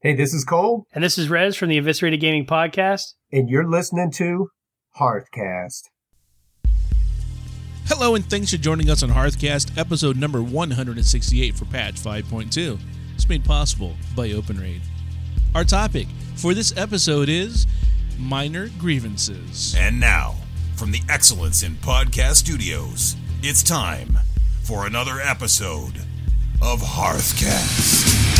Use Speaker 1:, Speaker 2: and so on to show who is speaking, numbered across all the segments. Speaker 1: Hey, this is Cole,
Speaker 2: And this is Rez from the Eviscerated Gaming Podcast.
Speaker 1: and you're listening to Hearthcast.
Speaker 3: Hello, and thanks for joining us on Hearthcast, episode number 168 for patch 5.2. It's made possible by OpenRaid. Our topic for this episode is minor grievances.
Speaker 4: And now, from the Excellence in Podcast Studios, it's time for another episode of Hearthcast.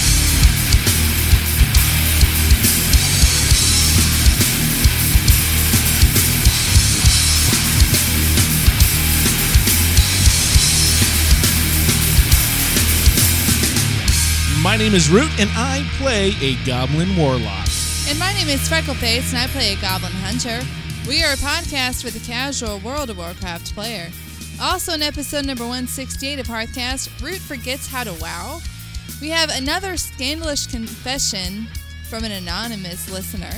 Speaker 3: My name is Root, and I play a Goblin Warlock.
Speaker 5: And my name is Freckleface, and I play a Goblin Hunter. We are a podcast for the casual World of Warcraft player. Also, in episode number 168 of Hearthcast, Root forgets how to wow. We have another scandalous confession from an anonymous listener.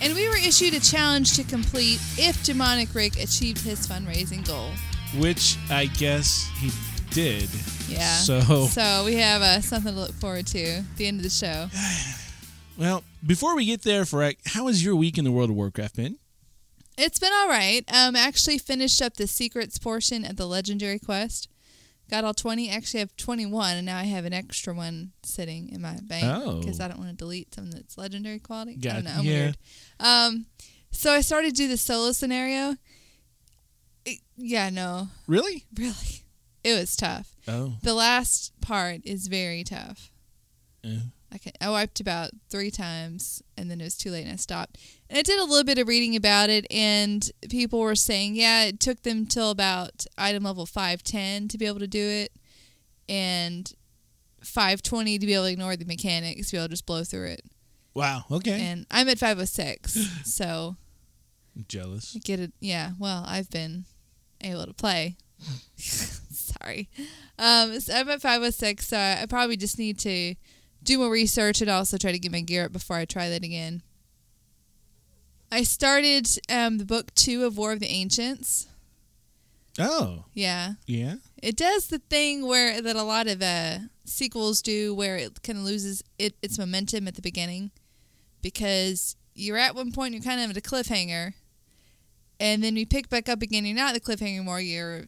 Speaker 5: And we were issued a challenge to complete if Demonic Rick achieved his fundraising goal.
Speaker 3: Which I guess he did.
Speaker 5: Yeah.
Speaker 3: So,
Speaker 5: So we have uh, something to look forward to at the end of the show.
Speaker 3: well, before we get there, Freck, how has your week in the World of Warcraft been?
Speaker 5: It's been all right. Um, actually finished up the secrets portion of the legendary quest. Got all twenty. Actually, I have twenty one, and now I have an extra one sitting in my bank
Speaker 3: Oh.
Speaker 5: because I don't want to delete something that's legendary quality. I
Speaker 3: Got-
Speaker 5: don't know. I'm
Speaker 3: yeah.
Speaker 5: weird. Um, so I started to do the solo scenario. It- yeah, no,
Speaker 3: Really?
Speaker 5: really, it was tough.
Speaker 3: Oh.
Speaker 5: The last part is very tough.
Speaker 3: Yeah.
Speaker 5: I, can, I wiped about three times and then it was too late and I stopped. And I did a little bit of reading about it, and people were saying, yeah, it took them till about item level 510 to be able to do it, and 520 to be able to ignore the mechanics, to be able to just blow through it.
Speaker 3: Wow. Okay.
Speaker 5: And I'm at 506, so
Speaker 3: Jealous.
Speaker 5: get it. Yeah, well, I've been able to play. Sorry. Um, so I'm at 506, so I I probably just need to do more research and also try to get my gear up before I try that again. I started um, the book two of War of the Ancients.
Speaker 3: Oh.
Speaker 5: Yeah.
Speaker 3: Yeah.
Speaker 5: It does the thing where that a lot of uh, sequels do, where it kind of loses it, its momentum at the beginning, because you're at one point you're kind of at a cliffhanger, and then you pick back up again. You're not at the cliffhanger anymore. You're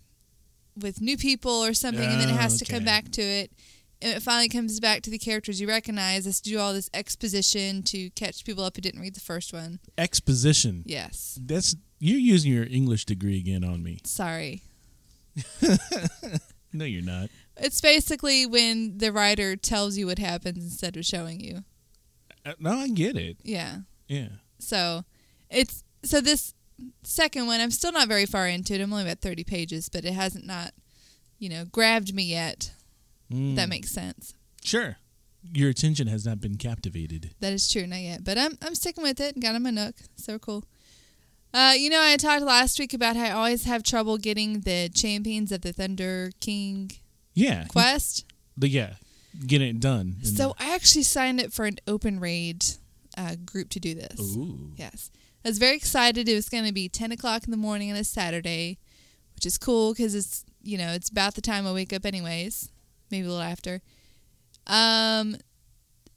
Speaker 5: with new people or something, and then it
Speaker 3: Oh,
Speaker 5: has to
Speaker 3: okay.
Speaker 5: come back to it. And it finally comes back to the characters you recognize. Has to do all this exposition to catch people up who didn't read the first one.
Speaker 3: Exposition.
Speaker 5: Yes,
Speaker 3: That's you're using your English degree again on me.
Speaker 5: sorry.
Speaker 3: No, you're not.
Speaker 5: It's basically when the writer tells you what happens instead of showing you.
Speaker 3: Uh, No, I get it.
Speaker 5: Yeah.
Speaker 3: Yeah.
Speaker 5: So it's so this second one I'm still not very far into it. I'm only about 30 pages, but it hasn't not you know grabbed me yet.
Speaker 3: Mm.
Speaker 5: That makes sense.
Speaker 3: sure. Your attention has not been captivated.
Speaker 5: That is true, not yet. But I'm I'm sticking with it and got in my nook. So cool. Uh, you know, I talked last week about how I always have trouble getting the Champions of the Thunder King
Speaker 3: Yeah.
Speaker 5: quest.
Speaker 3: But yeah. Get it done. And-
Speaker 5: So I actually signed up for an open raid uh, group to do this.
Speaker 3: Ooh.
Speaker 5: Yes. I was very excited. It was going to be 10 o'clock in the morning on a Saturday, which is cool because it's, you know, it's about the time I wake up, anyways, maybe a little after. Um,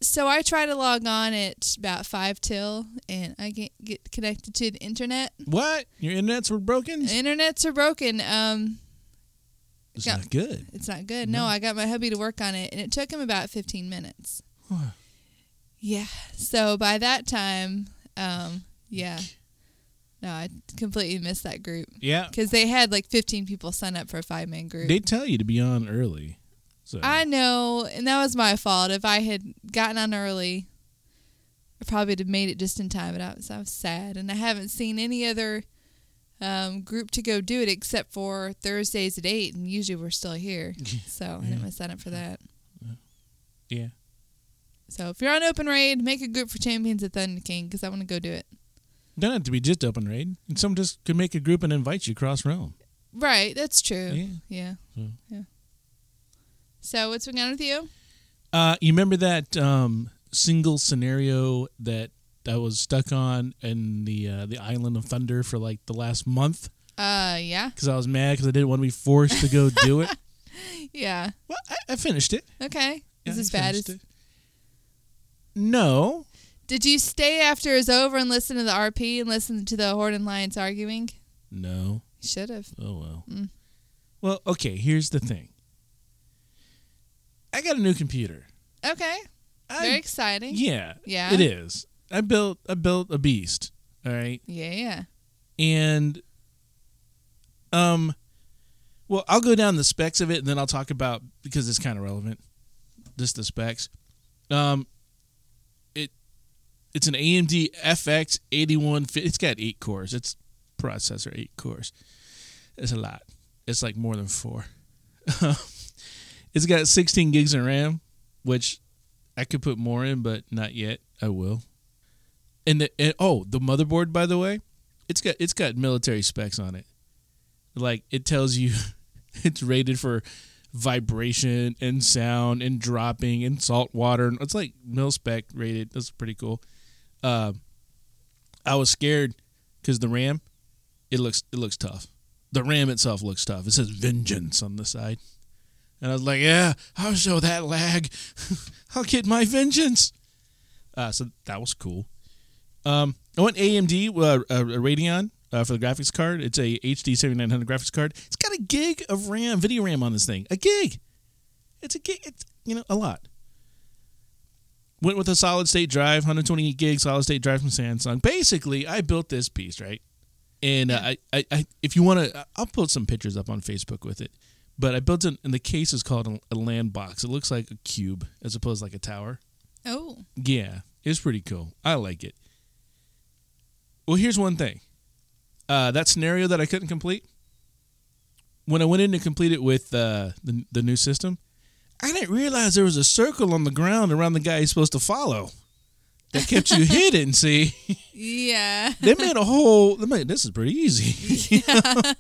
Speaker 5: so I try to log on at about 5 till and I get, get connected to the internet.
Speaker 3: What? Your internets were broken?
Speaker 5: Internets are broken. Um,
Speaker 3: It's
Speaker 5: yeah.
Speaker 3: not good.
Speaker 5: it's not good. No, I got my hubby to work on it and it took him about 15 minutes. yeah. So by that time, um, yeah. No, I completely missed that group.
Speaker 3: Yeah.
Speaker 5: because they had like 15 people sign up for a five man group.
Speaker 3: They tell you to be on early. So
Speaker 5: I know, and that was my fault. If I had gotten on early, I probably would have made it just in time. But I was, I was sad, and I haven't seen any other um, group to go do it except for Thursdays at eight, and usually we're still here, so I didn't want to sign up for that.
Speaker 3: Yeah.
Speaker 5: So if you're on Open Raid, make a group for Champions of Thunder King because I want to go do it.
Speaker 3: Don't have to be just open raid. And some just could make a group and invite you across realm.
Speaker 5: Right, that's true.
Speaker 3: Yeah.
Speaker 5: yeah.
Speaker 3: So-
Speaker 5: Yeah. So what's going on with you?
Speaker 3: Uh, you remember that um, single scenario that I was stuck on in the uh, the island of thunder for like the last month
Speaker 5: Uh, yeah,
Speaker 3: because I was mad because I didn't want to be forced to go do it.
Speaker 5: yeah.
Speaker 3: Well, I, I finished it.
Speaker 5: Okay.
Speaker 3: Yeah, I
Speaker 5: is as bad as
Speaker 3: finished it. No.
Speaker 5: Did you stay after it was over and listen to the RP and listen to the Horde and Lions arguing?
Speaker 3: No.
Speaker 5: You should have.
Speaker 3: Oh well.
Speaker 5: Mm.
Speaker 3: Well, okay, here's the thing. I got a new computer.
Speaker 5: Okay.
Speaker 3: I-
Speaker 5: Very exciting.
Speaker 3: yeah.
Speaker 5: Yeah.
Speaker 3: It is. I built I built a beast. All right.
Speaker 5: Yeah, yeah.
Speaker 3: And um well, I'll go down the specs of it and then I'll talk about because it's kind of relevant. Just the specs. Um it it's an AMD FX 81 it's got 8 cores. It's processor 8 cores. It's a lot. It's like more than 4. it's got 16 gigs of RAM, which I could put more in but not yet. I will. And, the, and oh, the motherboard by the way, it's got it's got military specs on it. Like it tells you it's rated for vibration and sound and dropping and salt water. It's like mil spec rated. That's pretty cool. Uh, I was scared because the RAM, it looks it looks tough. The RAM itself looks tough. It says vengeance on the side, and I was like, yeah, I'll show that lag. I'll get my vengeance. Uh, so that was cool. Um, I want AMD uh, uh, Radeon uh, for the graphics card. It's a HD 7900 graphics card. It's got a gig of RAM, video RAM on this thing. A gig. It's a gig. It's you know a lot. Went with a solid state drive, 128 gig solid state drive from Samsung. Basically, I built this piece right, and uh, I, I, I, if you want to, I'll put some pictures up on Facebook with it. But I built it, and the case is called a, a land box. It looks like a cube as opposed to like a tower.
Speaker 5: Oh,
Speaker 3: Yeah, it's pretty cool. I like it. Well, here's one thing. Uh, that scenario that I couldn't complete, when I went in to complete it with uh, the, the new system, I didn't realize there was a circle on the ground around the guy he's supposed to follow that kept you hidden. See,
Speaker 5: yeah.
Speaker 3: they made a whole. They made, this is pretty easy. I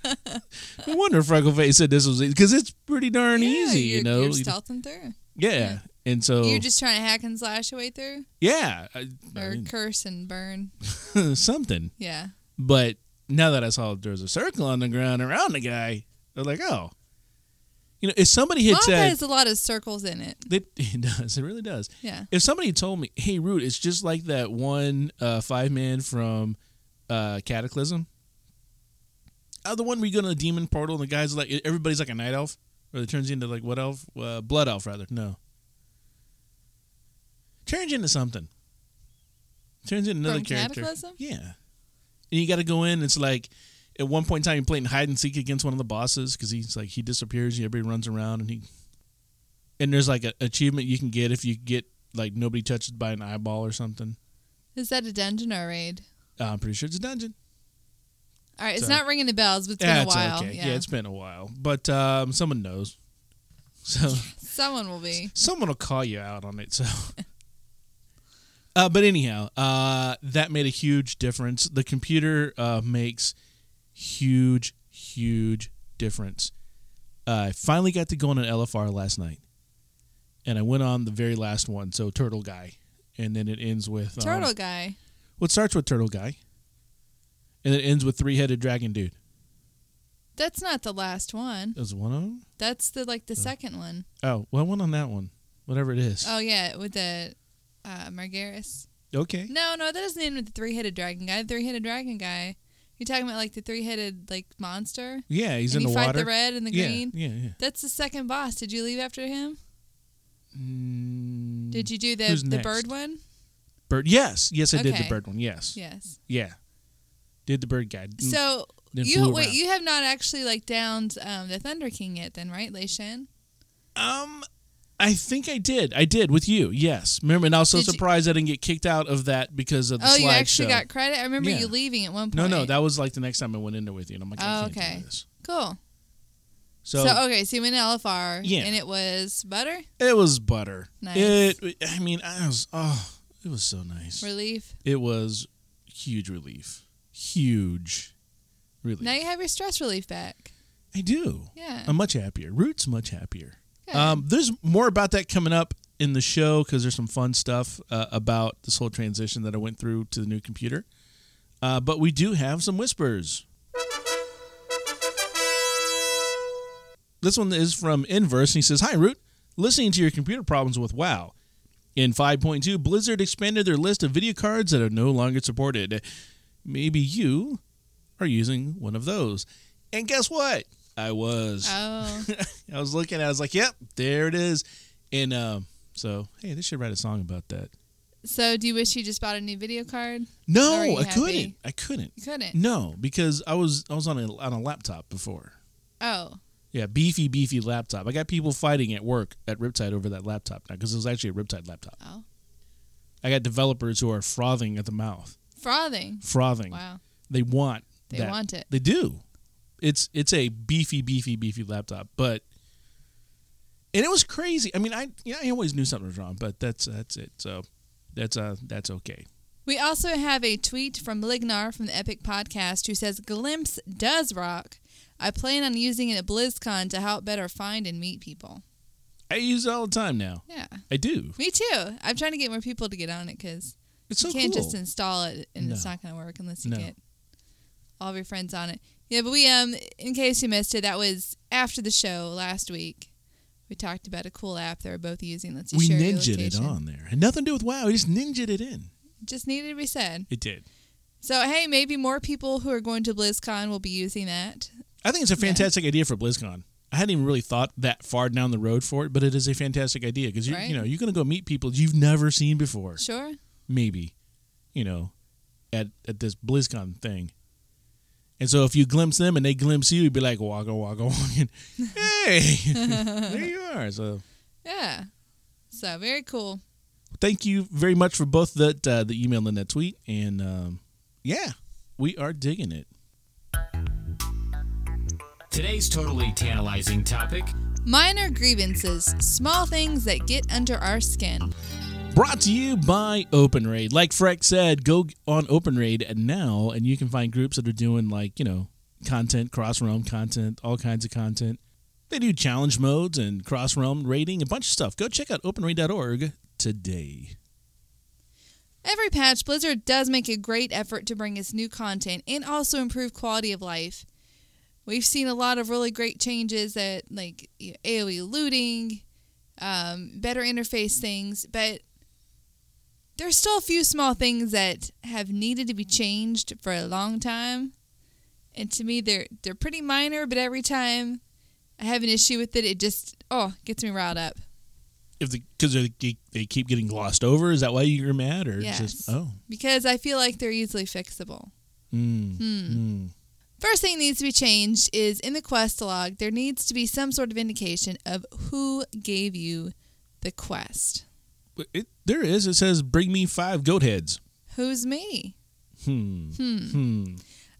Speaker 3: wonder if Freckleface said this was easy because it's pretty darn
Speaker 5: yeah,
Speaker 3: easy, you
Speaker 5: you're-
Speaker 3: know.
Speaker 5: You're stealthing through.
Speaker 3: yeah, and so
Speaker 5: You're just trying to hack and slash your way through,
Speaker 3: yeah, I- I
Speaker 5: or curse and burn.
Speaker 3: mean, something.
Speaker 5: Yeah.
Speaker 3: But now that I saw there was a circle on the ground around the guy, I was like, oh. You know, if somebody had
Speaker 5: Mom
Speaker 3: said,
Speaker 5: has a lot of circles in it.
Speaker 3: it, it does, it really does.
Speaker 5: Yeah.
Speaker 3: If somebody told me, hey, Root, it's just like that one uh, five man from uh, Cataclysm, uh, the one where you go to the demon portal and the guy's like, everybody's like a night elf, or it turns you into like what elf? Uh, blood elf, rather. No. Turns you into something. Turns you into another
Speaker 5: From
Speaker 3: character.
Speaker 5: Cataclysm?
Speaker 3: Yeah. And you got to go in, and it's like, at one point in time, you're playing hide and seek against one of the bosses because he's like, he disappears, and everybody runs around, and he. And there's like an achievement you can get if you get, like, nobody touched by an eyeball or something.
Speaker 5: Is that a dungeon or a raid?
Speaker 3: Uh, I'm pretty sure it's a dungeon.
Speaker 5: All right, it's
Speaker 3: So-
Speaker 5: not ringing the bells, but it's been a
Speaker 3: it's
Speaker 5: while.
Speaker 3: okay.
Speaker 5: Yeah.
Speaker 3: it's been a while, but um, someone knows, so
Speaker 5: Someone will be.
Speaker 3: someone will call you out on it. So, uh, but anyhow, uh, that made a huge difference. The computer uh, makes huge, huge difference. I finally got to go on an LFR last night, and I went on the very last one. So Turtle Guy, and then it ends with um,
Speaker 5: Turtle guy.
Speaker 3: Well, it starts with Turtle Guy, and it ends with three headed dragon dude.
Speaker 5: That's not the last one.
Speaker 3: Is one of them?
Speaker 5: That's the like the
Speaker 3: Uh.
Speaker 5: second one.
Speaker 3: Oh, well, I went on that one. Whatever it is.
Speaker 5: Oh yeah, with the uh, Margaris.
Speaker 3: okay.
Speaker 5: No, no, that doesn't end with the three-headed dragon guy. The three-headed dragon guy. You're talking about like the three-headed like monster.
Speaker 3: Yeah, he's
Speaker 5: and
Speaker 3: in
Speaker 5: you
Speaker 3: the
Speaker 5: fight
Speaker 3: water.
Speaker 5: the red and the
Speaker 3: yeah,
Speaker 5: green.
Speaker 3: yeah, yeah.
Speaker 5: That's the second boss. Did you leave after him?
Speaker 3: Mm,
Speaker 5: Did you do the
Speaker 3: Who's
Speaker 5: the
Speaker 3: next?
Speaker 5: bird one?
Speaker 3: bird? Yes, yes, I did the
Speaker 5: Okay.
Speaker 3: bird one. Yes, yeah,
Speaker 5: Yes.
Speaker 3: did the bird guy. Mm,
Speaker 5: So
Speaker 3: then
Speaker 5: you
Speaker 3: flew
Speaker 5: wait,
Speaker 3: around.
Speaker 5: you have not actually like downed um, the Thunder King yet, then right, Leishan?
Speaker 3: um, I think I did. I did with you. Yes, remember? And I was so
Speaker 5: Did you-
Speaker 3: surprised I didn't get kicked out of that because of the
Speaker 5: Oh,
Speaker 3: slideshow.
Speaker 5: you actually got credit. I remember
Speaker 3: Yeah.
Speaker 5: you leaving at one point.
Speaker 3: no, no, that was like the next time I went in there with you, and I'm like, I
Speaker 5: Oh,
Speaker 3: can't do
Speaker 5: okay.
Speaker 3: this.
Speaker 5: cool. So,
Speaker 3: So,
Speaker 5: okay, so you went to LFR,
Speaker 3: Yeah.
Speaker 5: and it was butter
Speaker 3: it was butter.
Speaker 5: Nice.
Speaker 3: It. I mean, I was. Oh, it was so nice.
Speaker 5: relief.
Speaker 3: It was huge relief. Huge relief.
Speaker 5: Now you have your stress relief back.
Speaker 3: I do.
Speaker 5: Yeah.
Speaker 3: I'm much happier. Root's much happier.
Speaker 5: Good.
Speaker 3: Um, there's more about that coming up in the show because there's some fun stuff uh, about this whole transition that I went through to the new computer. Uh, but we do have some whispers. This one is from Inverse, and he says, Hi, Root. Listening to your computer problems with WoW. In 5.2, Blizzard expanded their list of video cards that are no longer supported. Maybe you are using one of those. And guess what? I was.
Speaker 5: Oh,
Speaker 3: I was looking, I was like, yep, there it is. And um, so, hey, they should write a song about that.
Speaker 5: so do you wish you just bought a new video card? Are
Speaker 3: No,
Speaker 5: you
Speaker 3: I
Speaker 5: happy?
Speaker 3: couldn't. I couldn't.
Speaker 5: You couldn't.
Speaker 3: No, because I was I was on a on a laptop before.
Speaker 5: Oh,
Speaker 3: Yeah, beefy, beefy laptop. I got people fighting at work at Riptide over that laptop now because it was actually a Riptide laptop.
Speaker 5: Oh.
Speaker 3: I got developers who are frothing at the mouth.
Speaker 5: frothing.
Speaker 3: Frothing.
Speaker 5: Wow,
Speaker 3: They want
Speaker 5: they
Speaker 3: that.
Speaker 5: want it.
Speaker 3: They do. It's it's a beefy, beefy, beefy laptop, but and it was crazy. I mean, I you know, I always knew something was wrong, but that's that's it. So that's uh that's okay.
Speaker 5: We also have a tweet from Lignar from the Epic Podcast who says, Glimpse does rock. I plan on using it at BlizzCon to help better find and meet people.
Speaker 3: I use it all the time now.
Speaker 5: Yeah.
Speaker 3: I do.
Speaker 5: Me too. I'm trying to get more people to get on it because
Speaker 3: It's so
Speaker 5: you can't
Speaker 3: cool.
Speaker 5: just install it and it's
Speaker 3: No.
Speaker 5: not going to work unless you
Speaker 3: No.
Speaker 5: get all of your friends on it. Yeah, but we um, in case you missed it, that was after the show last week. We talked about a cool app they were both using. Let's
Speaker 3: we
Speaker 5: share your
Speaker 3: ninjaed it
Speaker 5: location.
Speaker 3: on there. Had nothing to do with WoW. We just ninjaed it in.
Speaker 5: Just needed to be said.
Speaker 3: It did.
Speaker 5: So hey, maybe more people who are going to BlizzCon will be using that.
Speaker 3: I think it's a fantastic idea for BlizzCon. I hadn't even really thought that far down the road for it, but it is a fantastic idea because you
Speaker 5: Right.
Speaker 3: you know you're going to go meet people you've never seen before.
Speaker 5: Sure.
Speaker 3: Maybe, you know, at at this BlizzCon thing. And so if you glimpse them and they glimpse you, you'd be like waka waka walking. Hey, there you are. So
Speaker 5: Yeah. So very cool.
Speaker 3: thank you very much for both that uh, the email and that tweet. And um, yeah, we are digging it.
Speaker 6: Today's totally tantalizing topic
Speaker 5: Minor grievances, small things that get under our skin.
Speaker 3: Brought to you by OpenRaid. Like Freck said, go on OpenRaid now, and you can find groups that are doing like you know content, cross realm content, all kinds of content. They do challenge modes and cross realm rating, a bunch of stuff. Go check out OpenRaid.org today.
Speaker 5: Every patch, Blizzard does make a great effort to bring us new content and also improve quality of life. We've seen a lot of really great changes that, like you know, AoE looting, um, better interface things, but there's still a few small things that have needed to be changed for a long time. And to me, they're they're pretty minor, but every time I have an issue with it, it just oh gets me riled up.
Speaker 3: If because the, 'cause they, they keep getting glossed over, is that why you're mad or
Speaker 5: Yes.
Speaker 3: just oh
Speaker 5: because I feel like they're easily fixable.
Speaker 3: mm,
Speaker 5: Hmm.
Speaker 3: mm.
Speaker 5: First thing that needs to be changed is in the quest log, there needs to be some sort of indication of who gave you the quest.
Speaker 3: But It, there is. It says bring me five goat heads.
Speaker 5: Who's me?
Speaker 3: Hmm. Hmm.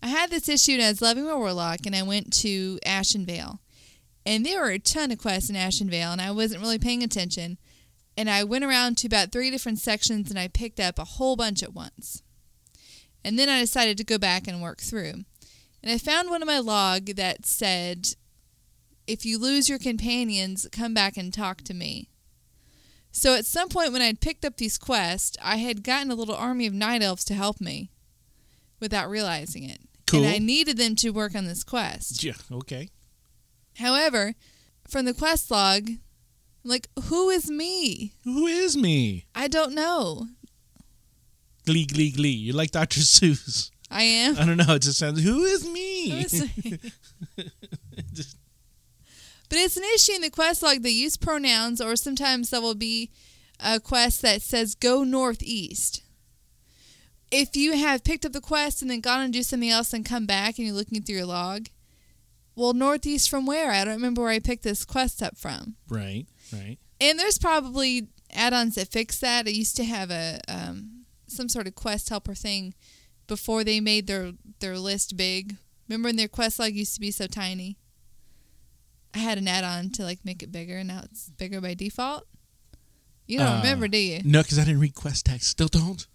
Speaker 5: I had this issue when I was loving my warlock and I went to Ashen Vale. And there were a ton of quests in Ashen Vale and I wasn't really paying attention. And I went around to about three different sections and I picked up a whole bunch at once. And then I decided to go back and work through. And I found one of my log that said, if you lose your companions, come back and talk to me. So at some point when I'd picked up these quests, I had gotten a little army of night elves to help me without realizing it.
Speaker 3: Cool.
Speaker 5: And I needed them to work on this quest.
Speaker 3: Yeah. Okay.
Speaker 5: However, from the quest log, I'm like, who is me?
Speaker 3: Who is me?
Speaker 5: I don't know.
Speaker 3: Glee, glee, glee. You're like Dr. Seuss.
Speaker 5: I am.
Speaker 3: I don't know. It just sounds, who is me?
Speaker 5: Honestly. but it's an issue in the quest log. They use pronouns, or sometimes there will be a quest that says go northeast. If you have picked up the quest and then gone and do something else and come back and you're looking through your log, well, northeast from where? I don't remember where I picked this quest up from.
Speaker 3: Right, right.
Speaker 5: And there's probably add-ons that fix that. I used to have a um, some sort of quest helper thing before they made their their list big. Remember when their quest log used to be so tiny? I had an add-on to like make it bigger, and now it's bigger by default. You don't
Speaker 3: Uh,
Speaker 5: remember, do you?
Speaker 3: No, because I didn't read quest text. Still don't.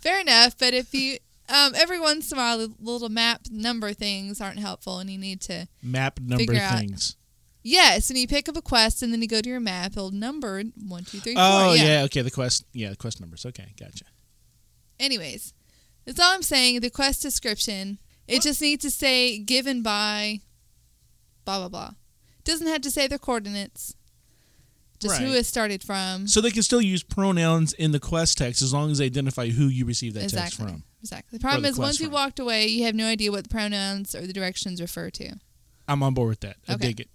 Speaker 5: Fair enough, but if you um, every once in a while, the little map number things aren't helpful, and you need to
Speaker 3: Map number
Speaker 5: Figure out
Speaker 3: things.
Speaker 5: yes, and you pick up a quest, and then you go to your map, it'll number one, two, three, four.
Speaker 3: Oh,
Speaker 5: yeah.
Speaker 3: yeah. Okay. The quest. Yeah. The quest numbers. Okay. Gotcha.
Speaker 5: Anyways, that's all I'm saying. The quest description. It just needs to say given by blah blah blah. Doesn't have to say their coordinates. just who
Speaker 3: Right.
Speaker 5: it started from.
Speaker 3: So they can still use pronouns in the quest text as long as they identify who you received that text
Speaker 5: exactly.
Speaker 3: from.
Speaker 5: Exactly. The problem
Speaker 3: the
Speaker 5: is once
Speaker 3: quest
Speaker 5: you
Speaker 3: from.
Speaker 5: walked away, you have no idea what the pronouns or the directions refer to.
Speaker 3: I'm on board with that. I
Speaker 5: Okay.
Speaker 3: dig it.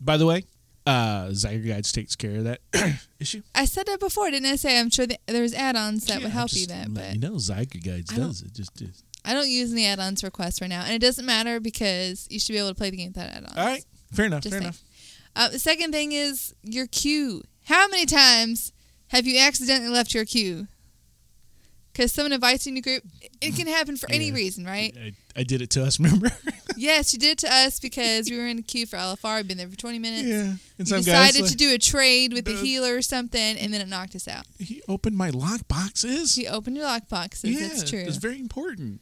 Speaker 3: By the way, uh Zyger Guides takes care of that issue.
Speaker 5: I said that before, didn't I? Say I'm sure that there's add-ons that
Speaker 3: Yeah,
Speaker 5: would help
Speaker 3: just
Speaker 5: you that,
Speaker 3: let
Speaker 5: but
Speaker 3: you know Zyger Guides
Speaker 5: I don't-
Speaker 3: does it. Just is.
Speaker 5: I don't use any add-ons requests right now, and it doesn't matter because you should be able to play the game without add-ons.
Speaker 3: All right, fair enough.
Speaker 5: Oh,
Speaker 3: fair
Speaker 5: Just saying.
Speaker 3: enough.
Speaker 5: Uh, the second thing is your queue. How many times have you accidentally left your queue? Because someone invites you in your group, it can happen for any
Speaker 3: Yeah.
Speaker 5: reason, right?
Speaker 3: I, I did it to us. Remember?
Speaker 5: yes, you did it to us because we were in the queue for LFR. We've been there for 20 minutes.
Speaker 3: And
Speaker 5: You
Speaker 3: some
Speaker 5: decided
Speaker 3: guys like,
Speaker 5: to do a trade with the
Speaker 3: Duh.
Speaker 5: healer or something, and then it knocked us out.
Speaker 3: he opened my lock boxes.
Speaker 5: She opened your lockboxes.
Speaker 3: yeah,
Speaker 5: That's true.
Speaker 3: It's very important.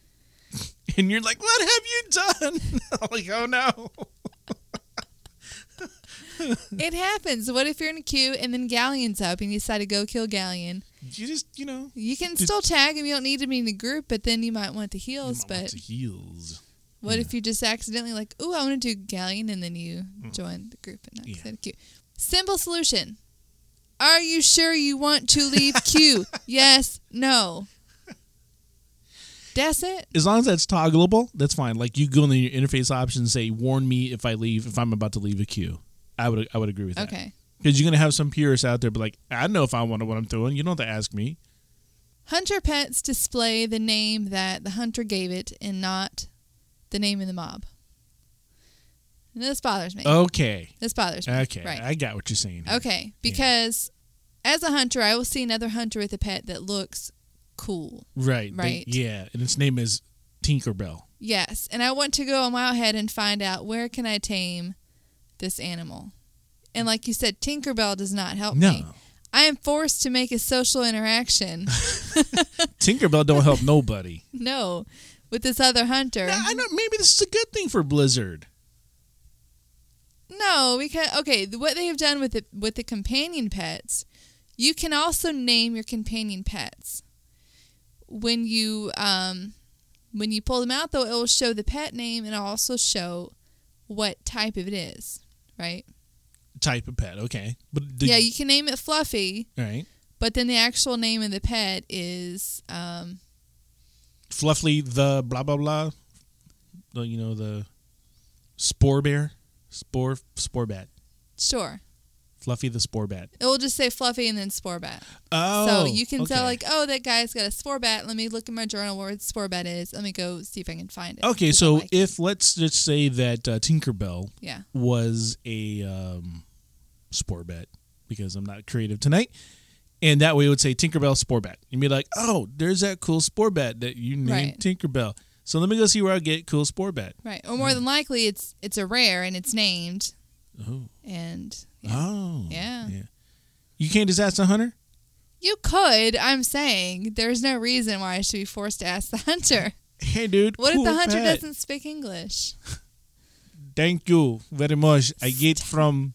Speaker 3: And you're like, what have you done? I'm like, oh no.
Speaker 5: It happens. What if you're in a queue and then Galleon's up and you decide to go kill Galleon?
Speaker 3: You just, you know,
Speaker 5: You can still tag him. You don't need him in the group, but then you might want the heals.
Speaker 3: you might want
Speaker 5: But
Speaker 3: to heals.
Speaker 5: what if you just accidentally like, ooh, I want to do Galleon, and then you join the group and not
Speaker 3: Mm. Yeah.
Speaker 5: yeah. queue? Simple solution. Are you sure you want to leave queue? yes. No. That's it.
Speaker 3: as long as that's toggleable, that's fine. Like you go in the interface options, and say warn me if I leave if I'm about to leave a queue. I would I would agree with that.
Speaker 5: Okay.
Speaker 3: Because you're gonna have some purists out there, be like I know if I want to what I'm doing. You don't have to ask me.
Speaker 5: Hunter pets display the name that the hunter gave it and not the name of the mob. And this bothers me.
Speaker 3: Okay,
Speaker 5: This bothers me.
Speaker 3: Oh. okay,
Speaker 5: Right.
Speaker 3: I got what you're saying. here.
Speaker 5: okay. Because as a hunter, I will see another hunter with a pet that looks cool.
Speaker 3: right, They-
Speaker 5: Right.
Speaker 3: yeah, and its name is Tinkerbell.
Speaker 5: Yes. And I want to go on Wildhead and find out where can I tame this animal. And like you said, Tinkerbell does not help me.
Speaker 3: No,
Speaker 5: I am forced to make a social interaction.
Speaker 3: Tinkerbell don't help nobody.
Speaker 5: no. With this other hunter.
Speaker 3: Now, I know maybe this is a good thing for Blizzard.
Speaker 5: No, because okay, th- what they have done with the with the companion pets, you can also name your companion pets. When you um, when you pull them out, though, it will show the pet name and it'll also show what type of it is, right?
Speaker 3: Type of pet, okay, but the,
Speaker 5: yeah, you can name it Fluffy,
Speaker 3: all right,
Speaker 5: but then the actual name of the pet is um,
Speaker 3: Fluffy the blah blah blah, the, you know the spore bear, spore spore bat.
Speaker 5: sure.
Speaker 3: Fluffy the Spore Bat.
Speaker 5: It will just say Fluffy and then Spore Bat. so you can tell like, oh, that guy's got a Spore Bat. Let me look in my journal where the Spore Bat is. Let me go see if I can find it.
Speaker 3: okay,
Speaker 5: 'Cause I
Speaker 3: so
Speaker 5: like it.
Speaker 3: if let's just say that uh, Tinkerbell
Speaker 5: yeah.
Speaker 3: was a um, Spore Bat because I'm not creative tonight, and that way it would say Tinkerbell Spore Bat. You'd be like, oh, there's that cool Spore Bat that you named
Speaker 5: Right.
Speaker 3: Tinkerbell. So let me go see where I get cool Spore Bat.
Speaker 5: Right. Or
Speaker 3: Hmm.
Speaker 5: more than likely, it's it's a rare and it's named.
Speaker 3: Oh.
Speaker 5: And
Speaker 3: Oh,
Speaker 5: Yeah.
Speaker 3: yeah. You can't just ask the hunter.
Speaker 5: you could. I'm saying there's no reason why I should be forced to ask the hunter.
Speaker 3: Hey, dude.
Speaker 5: What
Speaker 3: cool
Speaker 5: if the hunter
Speaker 3: bat.
Speaker 5: doesn't speak English?
Speaker 3: Thank you very much. I get from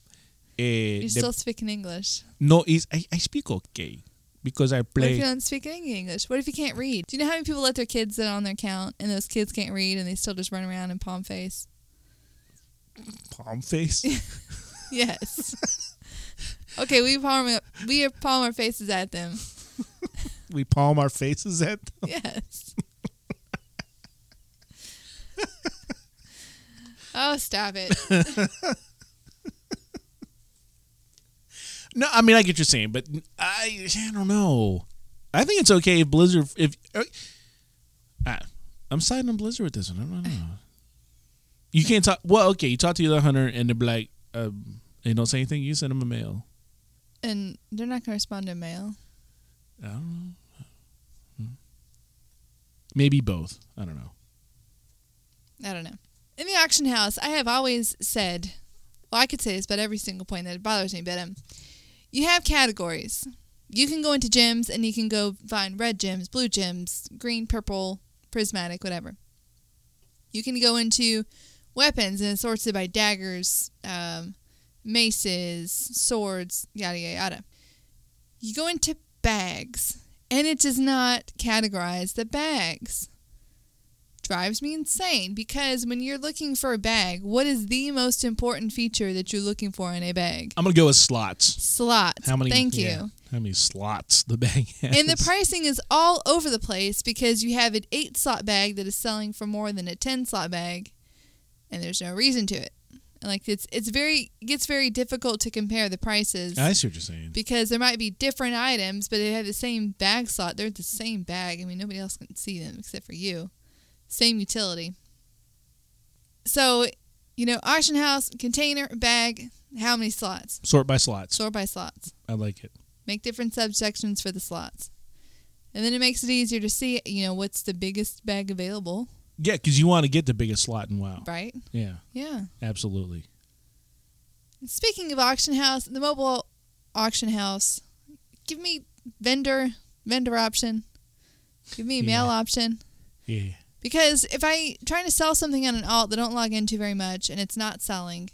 Speaker 3: uh, the
Speaker 5: You're still speaking English.
Speaker 3: No, it's, I, I speak okay because I
Speaker 5: What if you
Speaker 3: play.
Speaker 5: don't speak any English? What if you can't read? Do you know how many people let their kids sit on their count and those kids can't read and they still just run around and palm face?
Speaker 3: Palm face.
Speaker 5: Yes. okay, we palm we palm our faces at them.
Speaker 3: we palm our faces at. Them.
Speaker 5: Yes. oh, stop it.
Speaker 3: No, I mean I get what you're saying, but I I don't know. I think it's okay if Blizzard if. Uh, I, I'm siding on Blizzard with this one. I don't know. You can't talk. Well, okay, you talk to the other hunter and they're like, um, they don't say anything. You send them a mail.
Speaker 5: And they're not going to respond to mail.
Speaker 3: I don't know. Hmm. Maybe both. I don't know.
Speaker 5: I don't know. In the auction house, I have always said, well, I could say this about every single point that bothers me, but um, you have categories. You can go into gems and you can go find red gems, blue gems, green, purple, prismatic, whatever. You can go into weapons and it's sorted by daggers, um, maces, swords, yada, yada, yada. You go into bags and it does not categorize the bags. drives me insane because when you're looking for a bag, what is the most important feature that you're looking for in a bag?
Speaker 3: I'm gonna go with slots.
Speaker 5: Slots.
Speaker 3: How many?
Speaker 5: Thank you.
Speaker 3: yeah, How many slots the bag has?
Speaker 5: And the pricing is all over the place because you have an eight slot bag that is selling for more than a ten slot bag, and there's no reason to it. Like it's it's very gets very difficult to compare the prices
Speaker 3: I see what you're saying.
Speaker 5: because there might be different items, but they have the same bag slot. They're the same bag. I mean, nobody else can see them except for you. Same utility. So, you know, auction house container bag. How many slots?
Speaker 3: Sort by slots.
Speaker 5: Sort by slots.
Speaker 3: I like it.
Speaker 5: Make different subsections for the slots. And then it makes it easier to see, you know, what's the biggest bag available,
Speaker 3: Yeah, because you want to get the biggest slot in WoW.
Speaker 5: right?
Speaker 3: Yeah,
Speaker 5: Yeah.
Speaker 3: absolutely.
Speaker 5: Speaking of auction house, the mobile auction house, give me vendor vendor option. Give me a mail
Speaker 3: Yeah.
Speaker 5: option.
Speaker 3: Yeah.
Speaker 5: Uh, Because if I trying to sell something on an alt that I don't log into very much and it's not selling,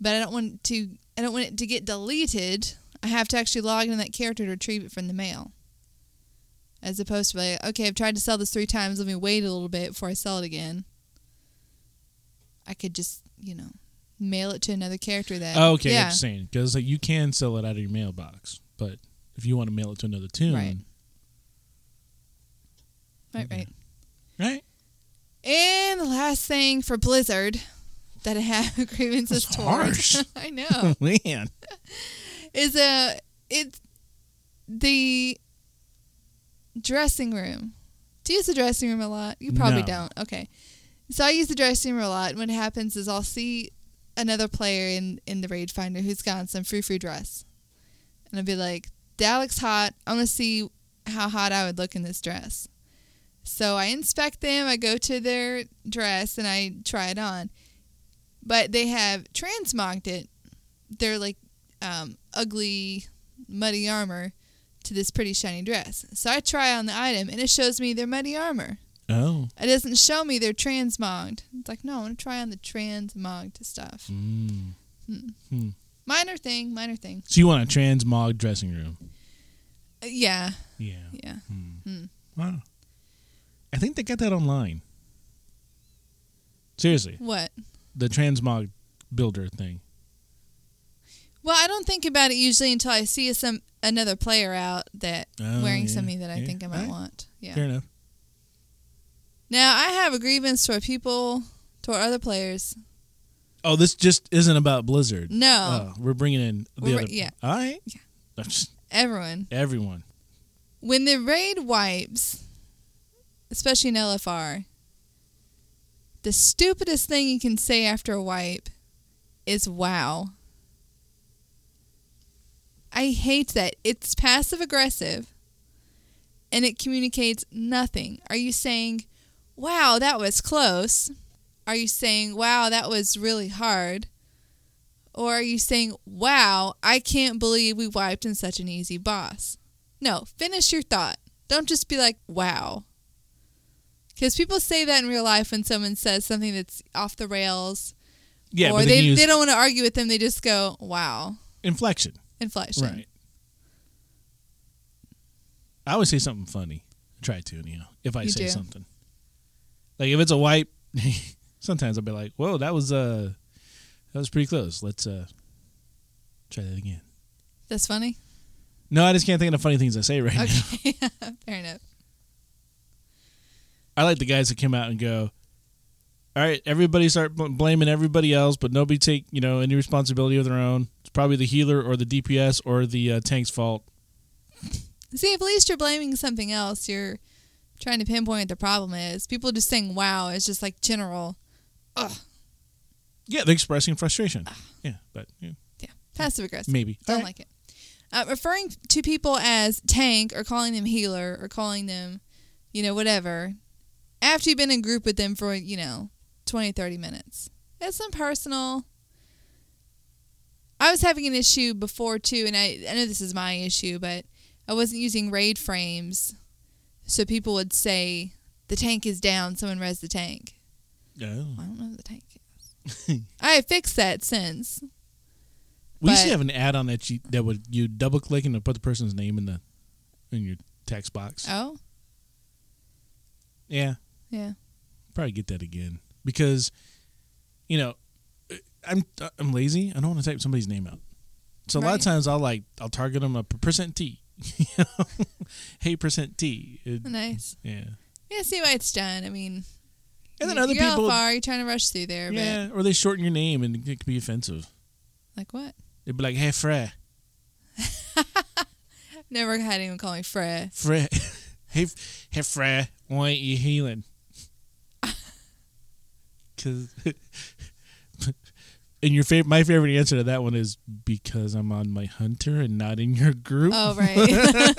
Speaker 5: but I don't want to I don't want it to get deleted, I have to actually log into that character to retrieve it from the mail. As opposed to like, okay, I've tried to sell this three times, let me wait a little bit before I sell it again. I could just, you know, mail it to another character that
Speaker 3: Oh, okay,
Speaker 5: yeah.
Speaker 3: I'm saying because like, you can sell it out of your mailbox, but if you want to mail it to another tune,
Speaker 5: Right. Right, right.
Speaker 3: right?
Speaker 5: And the last thing for Blizzard that I have grievances
Speaker 3: That's
Speaker 5: towards.
Speaker 3: harsh.
Speaker 5: I know.
Speaker 3: Man,
Speaker 5: is a it's the dressing room. Do you use the dressing room a lot? You probably
Speaker 3: No.
Speaker 5: don't. Okay. So I use the dressing room a lot. And what happens is I'll see another player in, in the raid finder who's got on some frou frou dress. And I'll be like, that looks hot. I'm going to see how hot I would look in this dress. So I inspect them. I go to their dress and I try it on. But they have transmogged it. They're like um, ugly, muddy armor to this pretty shiny dress. So I try on the item and it shows me their muddy armor.
Speaker 3: oh,
Speaker 5: It doesn't show me they're transmogged. It's like, no, I want to try on the transmogged stuff.
Speaker 3: mm.
Speaker 5: Minor thing, minor thing.
Speaker 3: so you want a transmog dressing room?
Speaker 5: Uh, yeah,
Speaker 3: Yeah.
Speaker 5: yeah.
Speaker 3: Mm. Wow. I think they got that online. Seriously,
Speaker 5: What?
Speaker 3: the transmog builder thing.
Speaker 5: Well, I don't think about it usually until I see some another player out that
Speaker 3: Oh,
Speaker 5: wearing
Speaker 3: yeah,
Speaker 5: something that I
Speaker 3: yeah.
Speaker 5: think I might
Speaker 3: Alright.
Speaker 5: want. Yeah.
Speaker 3: Fair enough.
Speaker 5: Now I have a grievance toward people, toward other players.
Speaker 3: Oh, this just isn't about Blizzard.
Speaker 5: No,
Speaker 3: Oh, we're bringing in the
Speaker 5: We're-
Speaker 3: other.
Speaker 5: yeah.
Speaker 3: All right.
Speaker 5: Yeah. everyone.
Speaker 3: Everyone.
Speaker 5: when the raid wipes, especially in LFR, the stupidest thing you can say after a wipe is wow. I hate that. It's passive aggressive and it communicates nothing. Are you saying, wow, that was close? Are you saying, wow, that was really hard? Or are you saying, wow, I can't believe we wiped in such an easy boss? No, finish your thought. Don't just be like, wow. Because people say that in real life when someone says something that's off the rails
Speaker 3: Yeah,
Speaker 5: or
Speaker 3: but they,
Speaker 5: they,
Speaker 3: use
Speaker 5: they don't want to argue with them. They just go, wow,
Speaker 3: inflection.
Speaker 5: inflection.
Speaker 3: Right. I always say something funny. I try to, anyhow, if I
Speaker 5: You
Speaker 3: say
Speaker 5: do.
Speaker 3: something. Like if it's a wipe, sometimes I'll be like, "Whoa, that was uh, that was pretty close. Let's uh, try that again."
Speaker 5: That's funny.
Speaker 3: No, I just can't think of the funny things I say right now.
Speaker 5: Okay. Fair enough.
Speaker 3: I like the guys that come out and go, "All right, everybody start bl- blaming everybody else, but nobody take you know any responsibility of their own. It's probably the healer or the DPS or the uh, tank's fault."
Speaker 5: See, at least you're blaming something else. You're trying to pinpoint what the problem is. People just saying wow is just like general
Speaker 3: Yeah, they're expressing frustration. Yeah, but yeah,
Speaker 5: passive aggressive.
Speaker 3: maybe
Speaker 5: Don't
Speaker 3: All right.
Speaker 5: like it. Uh, referring to people as tank or calling them healer or calling them, you know, whatever, after you've been in group with them for, you know, 20, 30 minutes. It's impersonal. I was having an issue before too, and I, I know this is my issue, but I wasn't using raid frames. So people would say, the tank is down, someone res the tank.
Speaker 3: Oh.
Speaker 5: I don't know who the tank is. I have fixed that since.
Speaker 3: We used to
Speaker 5: But-
Speaker 3: have an add-on that you that would you double click and it'd put the person's name in the in your text box.
Speaker 5: Oh,
Speaker 3: yeah,
Speaker 5: Yeah.
Speaker 3: Probably get that again because, you know, uh, I'm I'm lazy. I don't want to type somebody's name out. So a lot
Speaker 5: Right.
Speaker 3: of times I'll like I'll target them a percent T. You know? hey percent T. It-
Speaker 5: Nice.
Speaker 3: yeah.
Speaker 5: Yeah, see why it's done. I mean,
Speaker 3: And then
Speaker 5: you-
Speaker 3: other
Speaker 5: you're
Speaker 3: people,
Speaker 5: all far. You're trying to rush through there,
Speaker 3: yeah, or they shorten your name and it can be offensive.
Speaker 5: but like what?
Speaker 3: They'd be like, "Hey, Fred,
Speaker 5: Never had anyone call me Fred.
Speaker 3: Fred, hey, F- hey, Fred, why ain't you healing?" Because, and your favorite, my favorite answer to that one is because I'm on my hunter and not in your group.
Speaker 5: Oh, right.
Speaker 3: Frank,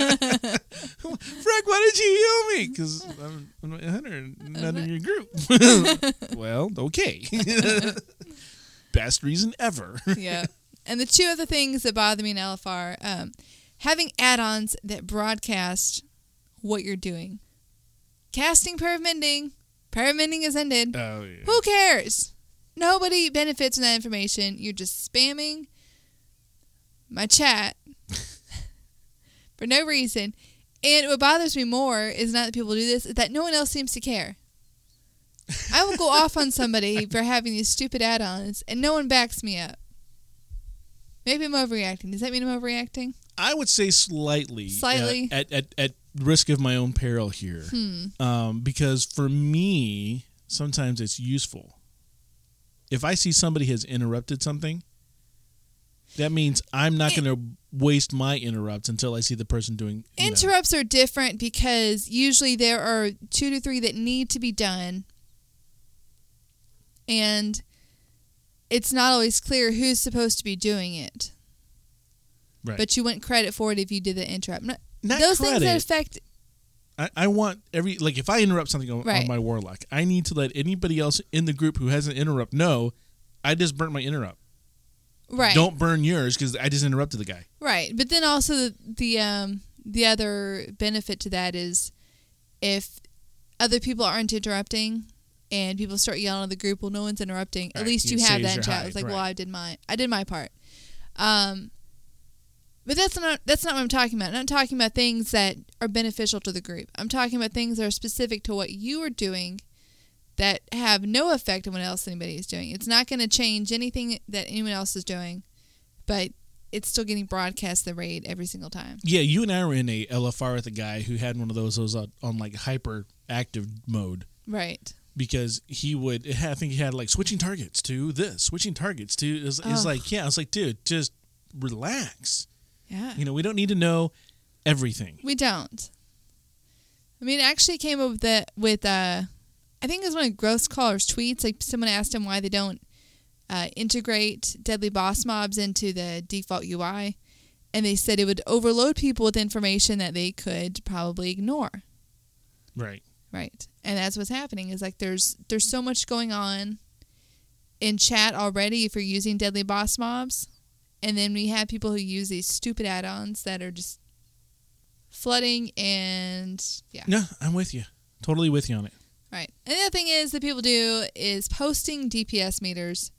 Speaker 3: why did you heal me? Because I'm, I'm a hunter and not in your group. well, okay. Best reason ever.
Speaker 5: yeah. And the two other things that bother me in LFR um, having add ons that broadcast what you're doing. Casting prayer mending. Prayer mending is ended.
Speaker 3: Oh, yeah.
Speaker 5: Who cares? Nobody benefits from that information. You're just spamming my chat for no reason. And what bothers me more is not that people do this, is that no one else seems to care. I will go off on somebody for having these stupid add ons, and no one backs me up. Maybe I'm overreacting. Does that mean I'm overreacting?
Speaker 3: I would say slightly,
Speaker 5: Slightly. Hmm.
Speaker 3: uh, at, at at risk of my own peril here, um, because for me, sometimes it's useful. If I see somebody has interrupted something, that means I'm not
Speaker 5: It-
Speaker 3: going to waste my interrupts until I see the person doing you know.
Speaker 5: Interrupts are different because usually there are two to three that need to be done. And it's not always clear who's supposed to be doing it.
Speaker 3: Right.
Speaker 5: But you want credit for it if you did the interrupt. Not,
Speaker 3: Not
Speaker 5: those things that
Speaker 3: credit.
Speaker 5: affect
Speaker 3: I, I want every like if I interrupt something on, on
Speaker 5: Right.
Speaker 3: my warlock, I need to let anybody else in the group who has an interrupt know I just burnt my interrupt.
Speaker 5: right,
Speaker 3: Don't burn yours because I just interrupted the guy.
Speaker 5: right. But then also the the, um, the other benefit to that is if other people aren't interrupting and people start yelling at the group, well, no one's interrupting. At
Speaker 3: Right,
Speaker 5: least
Speaker 3: it
Speaker 5: you have
Speaker 3: saves
Speaker 5: that in
Speaker 3: your
Speaker 5: chat.
Speaker 3: hide,
Speaker 5: It's like,
Speaker 3: right.
Speaker 5: well, I did my I did my part. Um, but that's not that's not what I'm talking about. I'm not talking about things that are beneficial to the group. I'm talking about things that are specific to what you are doing that have no effect on what else anybody is doing. It's not going to change anything that anyone else is doing, but it's still getting broadcast the raid every single time.
Speaker 3: Yeah, you and I were in a LFR with a guy who had one of those those on, on like hyper active mode
Speaker 5: Right.
Speaker 3: because he would it had- I think he had like switching targets to this, switching targets to it's
Speaker 5: Ugh.
Speaker 3: it's like yeah, I was like dude, just relax.
Speaker 5: Yeah.
Speaker 3: You know, we don't need to know everything.
Speaker 5: We don't. I mean, it actually came up with the, with uh, I think it was one of Gross Caller's tweets. Like someone asked him why they don't uh, integrate deadly boss mobs into the default UI, and they said it would overload people with information that they could probably ignore.
Speaker 3: Right.
Speaker 5: Right, and that's what's happening. Is like there's there's so much going on in chat already if you're using deadly boss mobs, and then we have people who use these stupid add-ons that are just flooding and yeah.
Speaker 3: No, I'm with you. Totally with you on it.
Speaker 5: Right. And the other thing is that people do is posting DPS meters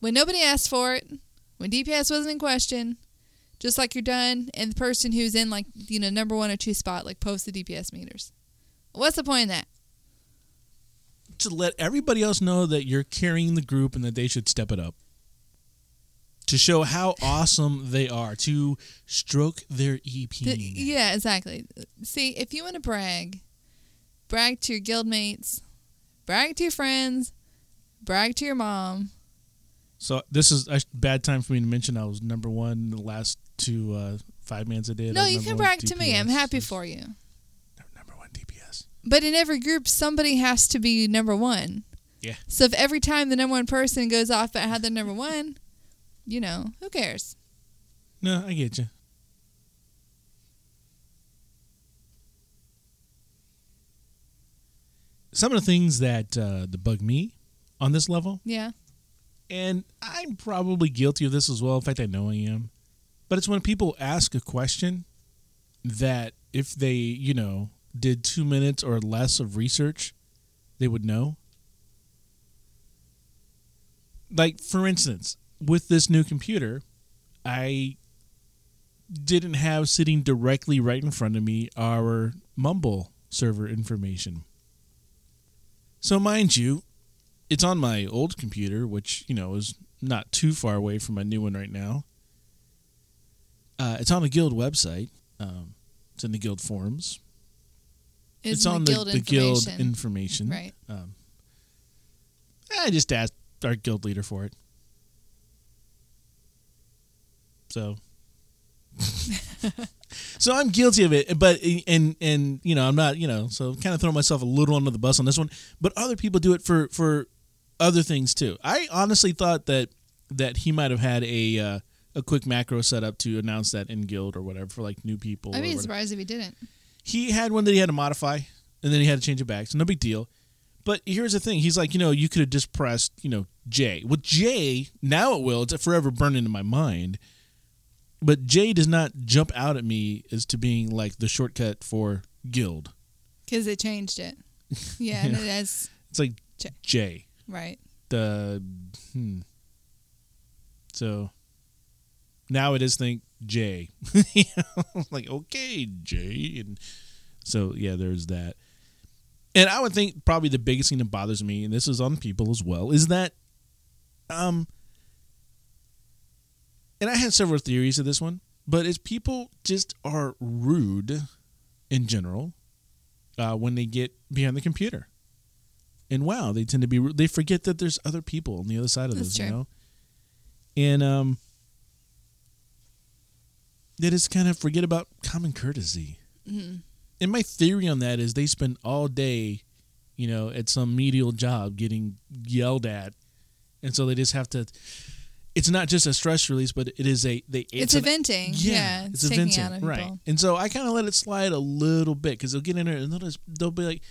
Speaker 5: when nobody asked for it, when DPS wasn't in question, just like you're done, and the person who's in like you know number one or two spot like post the DPS meters. What's the point of that?
Speaker 3: to let everybody else know that you're carrying the group and that they should step it up. To show how awesome they are, to stroke their E EP.
Speaker 5: Th- yeah, exactly. See, if you want to brag, brag to your guildmates, brag to your friends, brag to your mom.
Speaker 3: So this is a bad time for me to mention I was number one in the last two uh, five mans I did. I
Speaker 5: no,
Speaker 3: was
Speaker 5: you
Speaker 3: number one
Speaker 5: can brag to me.
Speaker 3: DPS.
Speaker 5: I'm happy for you.
Speaker 3: Number one DPS.
Speaker 5: But in every group, somebody has to be number one.
Speaker 3: Yeah.
Speaker 5: So if every time the number one person goes off about how they're number one, you know, who cares?
Speaker 3: No, I get you. Some of the things that uh, that bug me on this level
Speaker 5: Yeah.
Speaker 3: and I'm probably guilty of this as well. In fact, I know I am. But it's when people ask a question that if they, you know, did two minutes or less of research, they would know. Like, for instance, with this new computer, I didn't have sitting directly right in front of me our Mumble server information. So, mind you, it's on my old computer, which, you know, is not too far away from my new one right now. Uh, it's on the Guild website, um, it's in the Guild forums,
Speaker 5: Is
Speaker 3: it's on the,
Speaker 5: guild
Speaker 3: the guild
Speaker 5: information.
Speaker 3: information.
Speaker 5: Right.
Speaker 3: Um, I just asked our guild leader for it. So. so I'm guilty of it, but and and you know I'm not you know so kind of throwing myself a little under the bus on this one. But other people do it for for other things too. I honestly thought that that he might have had a uh, a quick macro set up to announce that in guild or whatever for like new people.
Speaker 5: I'd
Speaker 3: or
Speaker 5: be
Speaker 3: whatever
Speaker 5: surprised if he didn't.
Speaker 3: he had one that he had to modify and then he had to change it back so no big deal but here's the thing he's like you know you could have just pressed you know j well j now it will it's forever burned into my mind but j does not jump out at me as to being like the shortcut for guild
Speaker 5: Because it changed it. Yeah, and it has.
Speaker 3: it's like
Speaker 5: J.
Speaker 3: j,
Speaker 5: Right.
Speaker 3: the hmm. so now it is think j You know, like okay j and so yeah there's that and i would think probably the biggest thing that bothers me and this is on people as well is that um and i had several theories of this one but is people just are rude in general uh, when they get behind the computer and wow, they tend to be they forget that there's other people on the other side of
Speaker 5: That's
Speaker 3: this, you
Speaker 5: true.
Speaker 3: know. And um, they just kind of forget about common courtesy. And my theory on that is they spend all day, you know, at some medial job getting yelled at, and so they just have to. It's not just a stress release, but it is a they.
Speaker 5: It's,
Speaker 3: an-
Speaker 5: eventing. Yeah, it's,
Speaker 3: a
Speaker 5: taking
Speaker 3: Vincent,
Speaker 5: out of people.
Speaker 3: right? And so I kind of let it slide a little bit because they'll get in there and they'll just, they'll be like,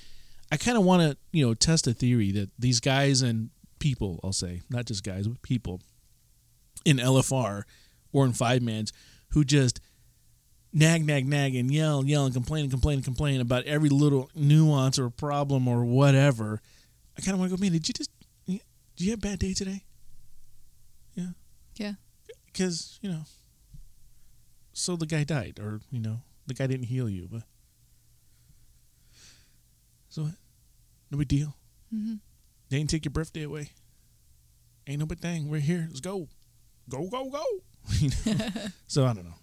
Speaker 3: I kind of want to you know test a theory that these guys and people, I'll say, not just guys but people, in LFR or in five mans, who just nag, nag, nag, and yell, yell, and complain, and complain, and complain about every little nuance or problem or whatever. I kind of want to go, man. Did you just? Did you have a bad day today? Yeah.
Speaker 5: Yeah.
Speaker 3: Because you know. So the guy died, or you know, the guy didn't heal you, but. So what? No big deal.
Speaker 5: Mhm.
Speaker 3: They didn't take your birthday away. Ain't no big thing. We're here. Let's go. Go, go, go. You know? so I don't know.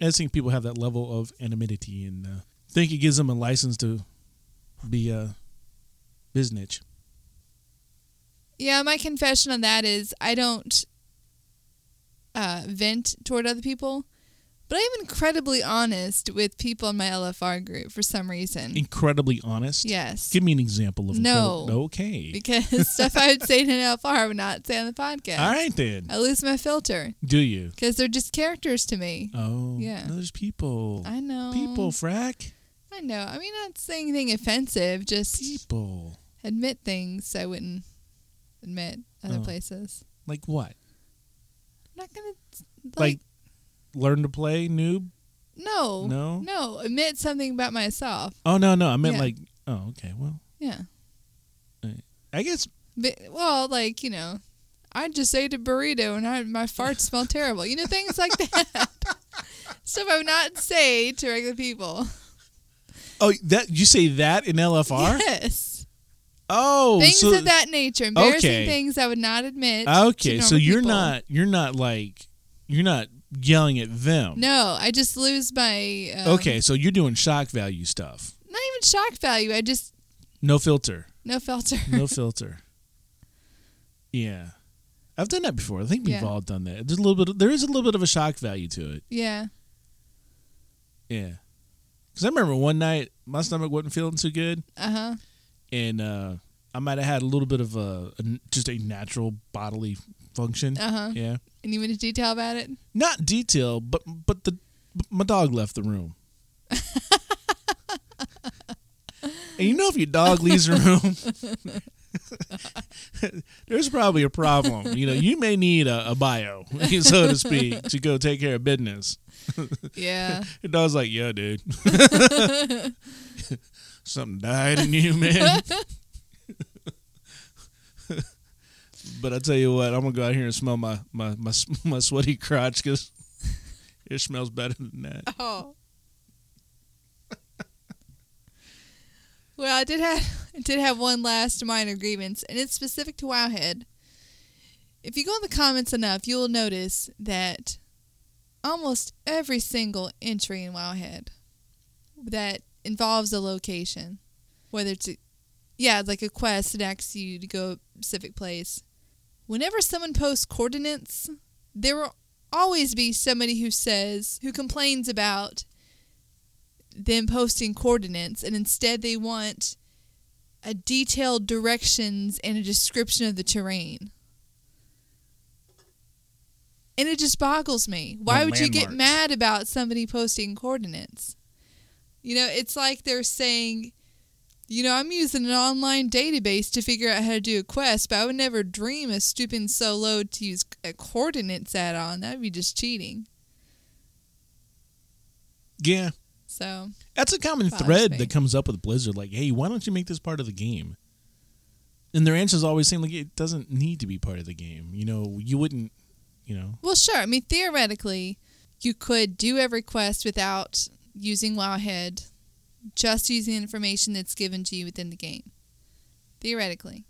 Speaker 3: I just think people have that level of anonymity and uh, think it gives them a license to be uh, biznitch.
Speaker 5: Yeah, my confession on that is I don't uh, vent toward other people, but I'm incredibly honest with people in my LFR group for some reason.
Speaker 3: Incredibly honest.
Speaker 5: Yes.
Speaker 3: Give me an example of
Speaker 5: No.
Speaker 3: incredible- Okay.
Speaker 5: because stuff I would say in an LFR I would not say on the podcast.
Speaker 3: All right then.
Speaker 5: I lose my filter
Speaker 3: Do you?
Speaker 5: because they're just characters to me.
Speaker 3: Oh.
Speaker 5: Yeah.
Speaker 3: no, there's people.
Speaker 5: I know.
Speaker 3: Oh, People, frack.
Speaker 5: I know. I mean, not saying anything offensive, just
Speaker 3: People.
Speaker 5: admit things I wouldn't admit other
Speaker 3: Oh.
Speaker 5: places.
Speaker 3: Like what?
Speaker 5: I'm not going to.
Speaker 3: Like, learn to play noob?
Speaker 5: no.
Speaker 3: No?
Speaker 5: No. Admit something about myself.
Speaker 3: Oh no, no, I meant
Speaker 5: Yeah.
Speaker 3: like oh okay, well
Speaker 5: Yeah.
Speaker 3: I guess
Speaker 5: But, well, like you know, I just ate a burrito and I, my farts smell terrible. You know, things like that. Stuff I would not say to regular people.
Speaker 3: Oh that you say that in LFR?
Speaker 5: Yes,
Speaker 3: Oh
Speaker 5: things
Speaker 3: so,
Speaker 5: of that nature, embarrassing
Speaker 3: Okay.
Speaker 5: things I would not admit. to
Speaker 3: Okay, so
Speaker 5: normal
Speaker 3: you're
Speaker 5: people.
Speaker 3: not you're not like you're not yelling at them.
Speaker 5: No, I just lose my. Um,
Speaker 3: Okay, so you're doing shock value stuff.
Speaker 5: Not even shock value. I just
Speaker 3: No filter.
Speaker 5: no filter.
Speaker 3: No filter. yeah. I've done that before. I think we've
Speaker 5: Yeah.
Speaker 3: all done that. There's a little bit there is a little bit of a shock value to it.
Speaker 5: yeah.
Speaker 3: Yeah. Cuz I remember one night my stomach wasn't feeling too good.
Speaker 5: Uh huh.
Speaker 3: and uh, I might have had a little bit of a, a just a natural bodily function.
Speaker 5: Uh huh.
Speaker 3: Yeah,
Speaker 5: And you went into detail about it.
Speaker 3: not detail, but but the but my dog left the room. and you know, if your dog leaves the room, there's probably a problem. You know, you may need a, a bio, so to speak, to go take care of business.
Speaker 5: Yeah.
Speaker 3: Your dog's like, yeah, dude. Something died in you, man. but I tell you what, I'm gonna go out here and smell my my my, my sweaty crotch because it smells better than that.
Speaker 5: Oh. Well, I did have I did have one last minor grievance, and it's specific to Wowhead. If you go in the comments enough, you'll notice that almost every single entry in Wowhead that involves a location, whether it's a, yeah, like a quest that asks you to go a specific place. Whenever someone posts coordinates, there will always be somebody who says who complains about them posting coordinates, and instead they want a detailed directions and a description of the terrain. And it just boggles me. Why
Speaker 2: Or
Speaker 5: would you get
Speaker 2: landmarks.
Speaker 5: mad about somebody posting coordinates? You know, it's like they're saying, you know, I'm using an online database to figure out how to do a quest, but I would never dream of stooping so low to use a coordinates add on. That would be just cheating.
Speaker 3: Yeah.
Speaker 5: So,
Speaker 3: That's a common
Speaker 5: Bothers
Speaker 3: thread
Speaker 5: me.
Speaker 3: that comes up with Blizzard. Like, hey, why don't you make this part of the game? And their answers always seem like it doesn't need to be part of the game. You know, you wouldn't, you know.
Speaker 5: well, sure. I mean, theoretically, you could do every quest without using Wowhead, just using information that's given to you within the game. Theoretically.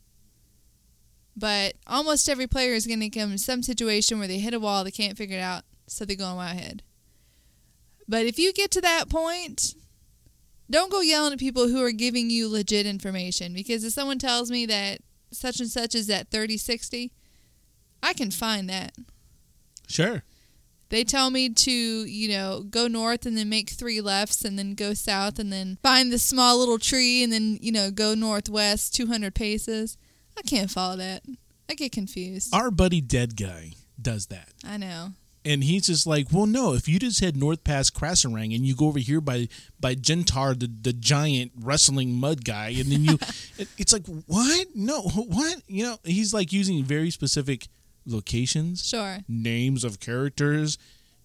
Speaker 5: But almost every player is going to come in some situation where they hit a wall, they can't figure it out, so they go on Wowhead. But if you get to that point, don't go yelling at people who are giving you legit information. Because if someone tells me that such and such is at 3060, I can find that.
Speaker 3: Sure.
Speaker 5: They tell me to, you know, go north and then make three lefts and then go south and then find the small little tree and then, you know, go northwest 200 paces. I can't follow that. I get confused.
Speaker 3: Our buddy Dead Guy does that.
Speaker 5: I know.
Speaker 3: And he's just like, well, no, if you just head north past Krasarang and you go over here by by Gentar, the, the giant wrestling mud guy, and then you, it- it's like, what? No, what? You know, he's like using very specific locations,
Speaker 5: Sure.
Speaker 3: names of characters,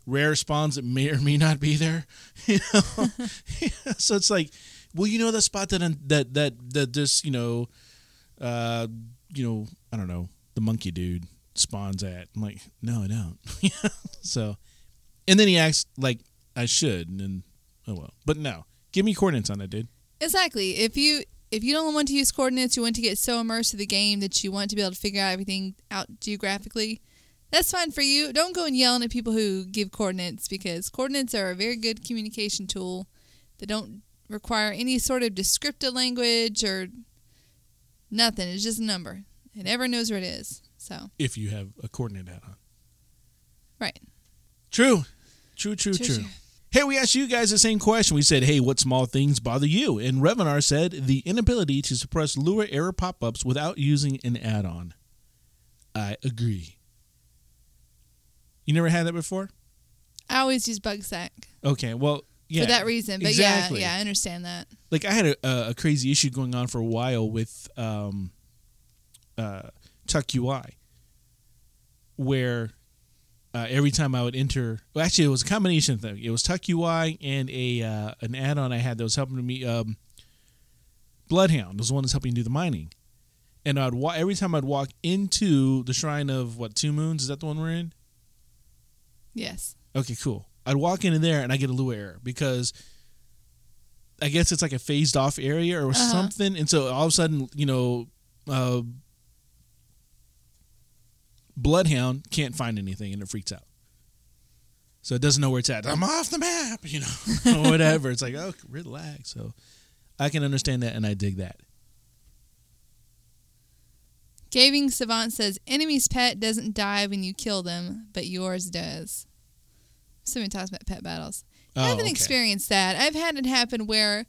Speaker 3: rare spawns that may or may not be there. You know, so it's like, well, you know that spot that that that that this you know, uh, you know, I don't know, the monkey dude spawns at. I'm like, no, I don't. so, and then he acts like I should, and then oh well, but no, give me coordinates on that, dude.
Speaker 5: Exactly. If you if you don't want to use coordinates, you want to get so immersed in the game that you want to be able to figure out everything out geographically. That's fine for you. Don't go and yelling at people who give coordinates because coordinates are a very good communication tool. They don't require any sort of descriptive language or nothing. It's just a number, and everyone knows where it is. So
Speaker 3: If you have a coordinate add-on,
Speaker 5: right.
Speaker 3: True. True, true, true.
Speaker 5: True, true.
Speaker 3: Hey, we asked you guys the same question. We said, hey, what small things bother you? And Revenar said, the inability to suppress lure error pop ups without using an add on. I agree. You never had that before?
Speaker 5: I always use bug sack
Speaker 3: Okay, well, yeah.
Speaker 5: for that reason. But
Speaker 3: exactly.
Speaker 5: yeah, yeah, I understand that.
Speaker 3: Like, I had a, a crazy issue going on for a while with um, uh, Tuck UI, where uh, every time I would enter, well, actually, it was a combination thing. It was Tuck UI and a uh, an add on I had that was helping me. Um, Bloodhound was the one that's helping do the mining, and I'd wa- every time I'd walk into the shrine of what two moons is that the one we're in?
Speaker 5: Yes.
Speaker 3: Okay, cool. I'd walk into there and I get a lure error because I guess it's like a phased off area or something. And so all of a sudden, you know, uh, Bloodhound can't find anything and it freaks out. So it doesn't know where it's at. I'm off the map, you know, or whatever. It's like, oh, relax. So I can understand that and I dig that.
Speaker 5: Gaming Savant says enemy's pet doesn't die when you kill them, but yours does. So many talks about pet battles. I
Speaker 3: Oh,
Speaker 5: haven't
Speaker 3: okay.
Speaker 5: experienced that. I've had it happen where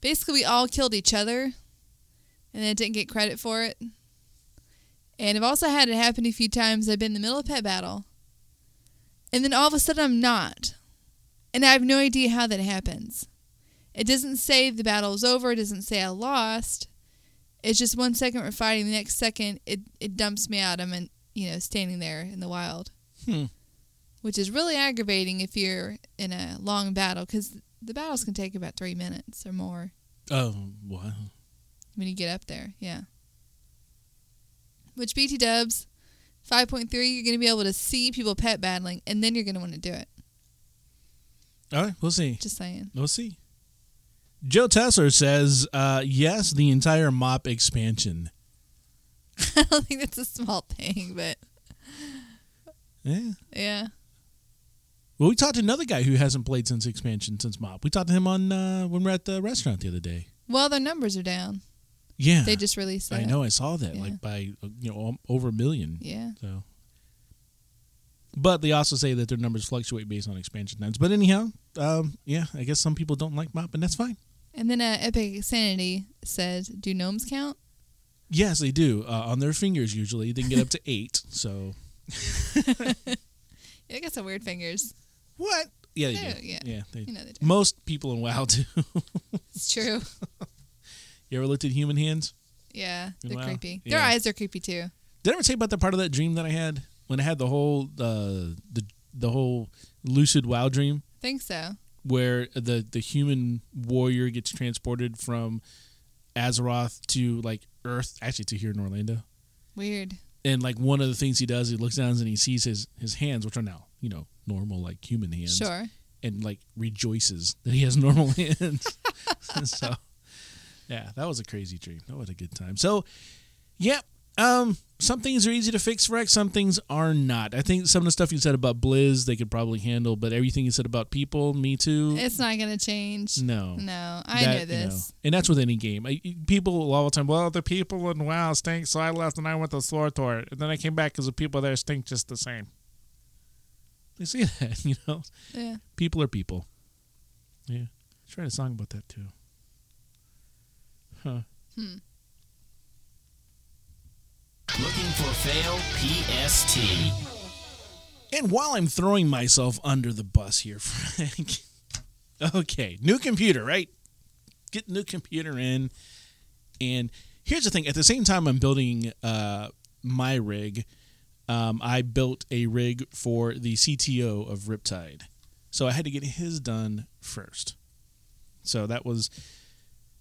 Speaker 5: basically we all killed each other and then didn't get credit for it. And I've also had it happen a few times. I've been in the middle of a pet battle. And then all of a sudden I'm not. And I have no idea how that happens. It doesn't say the battle's over, it doesn't say I lost. It's just one second we're fighting, the next second it, it dumps me out. I'm in, you know, standing there in the wild.
Speaker 3: Hmm.
Speaker 5: Which is really aggravating if you're in a long battle because the battles can take about three minutes or more
Speaker 3: Oh, wow.
Speaker 5: when you get up there. Yeah. Which BT dubs 5.3, you're going to be able to see people pet battling and then you're going to want to do it.
Speaker 3: All right, we'll see.
Speaker 5: Just saying.
Speaker 3: We'll see. Joe Tesler says, uh, yes, the entire mop expansion.
Speaker 5: I don't think that's a small thing, but
Speaker 3: Yeah.
Speaker 5: yeah.
Speaker 3: Well, we talked to another guy who hasn't played since expansion, since mop. We talked to him on uh, when we were at the restaurant the other day.
Speaker 5: Well, their numbers are down.
Speaker 3: Yeah.
Speaker 5: They just released that.
Speaker 3: I know. I saw that
Speaker 5: Yeah.
Speaker 3: like by you know um, over a million.
Speaker 5: Yeah.
Speaker 3: So, but they also say that their numbers fluctuate based on expansion times. But anyhow, um, yeah, I guess some people don't like mop, and that's fine.
Speaker 5: And then uh, Epic Sanity says, "Do gnomes count?"
Speaker 3: Yes, they do uh, on their fingers usually. They can get up to eight. So
Speaker 5: Yeah, I got some weird fingers.
Speaker 3: what? Yeah, they
Speaker 5: Yeah,
Speaker 3: do.
Speaker 5: yeah.
Speaker 3: they,
Speaker 5: You know they do.
Speaker 3: most people in WoW do.
Speaker 5: It's true.
Speaker 3: you ever looked at human hands?
Speaker 5: Yeah, they're
Speaker 3: Wow.
Speaker 5: creepy. Their
Speaker 3: Yeah.
Speaker 5: eyes are creepy too.
Speaker 3: Did I ever tell you about that part of that dream that I had when I had the whole uh, the the whole lucid WoW dream?
Speaker 5: Think so.
Speaker 3: where the the human warrior gets transported from Azeroth to like Earth, actually to here in Orlando.
Speaker 5: Weird.
Speaker 3: And like one of the things he does, he looks down and he sees his his hands, which are now you know normal like human hands,
Speaker 5: Sure.
Speaker 3: and like rejoices that he has normal hands. so yeah, that was a crazy dream. That was a good time. So yep. Um, some things are easy to fix, Rex. Some things are not. I think some of the stuff you said about Blizz, they could probably handle, but everything you said about people, me too.
Speaker 5: It's not gonna change.
Speaker 3: no,
Speaker 5: No, I
Speaker 3: that,
Speaker 5: know
Speaker 3: you know,
Speaker 5: this.
Speaker 3: and that's with any game. I, people all the time, well, the people in WoW stink, so I left and I went to Slortor. And then I came back because the people there stink just the same. They see that, you know?
Speaker 5: Yeah.
Speaker 3: People are people. Yeah. Let's write a song about that, too. Huh.
Speaker 6: Looking for fail PST.
Speaker 3: And while I'm throwing myself under the bus here, Frank. okay, new computer, right? Get new computer in. And here's the thing: at the same time, I'm building uh, my rig. Um, I built a rig for the CTO of Riptide, so I had to get his done first. So that was,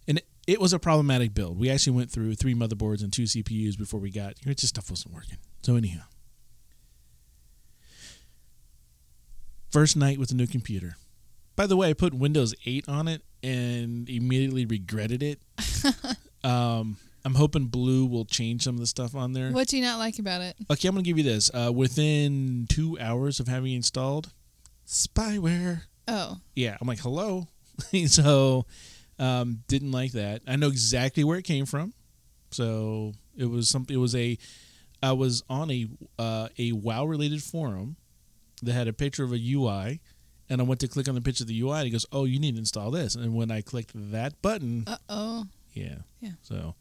Speaker 3: and it was a problematic build. We actually went through three motherboards and two CPUs before we got. It just stuff wasn't working. So anyhow. first night with a new computer. By the way, I put Windows 8 on it and immediately regretted it. um, I'm hoping Blue will change some of the stuff on there.
Speaker 5: What do you not like about it?
Speaker 3: Okay, I'm going to give you this. Uh, within two hours of having it installed, spyware.
Speaker 5: Oh,
Speaker 3: Yeah, I'm like, hello. so, um, didn't like that. I know exactly where it came from. So it was something. It was a. I was on a uh, a WoW related forum that had a picture of a UI, and I went to click on the picture of the UI, and it goes, "Oh, you need to install this." And when I clicked that button,
Speaker 5: uh oh.
Speaker 3: yeah.
Speaker 5: Yeah.
Speaker 3: So.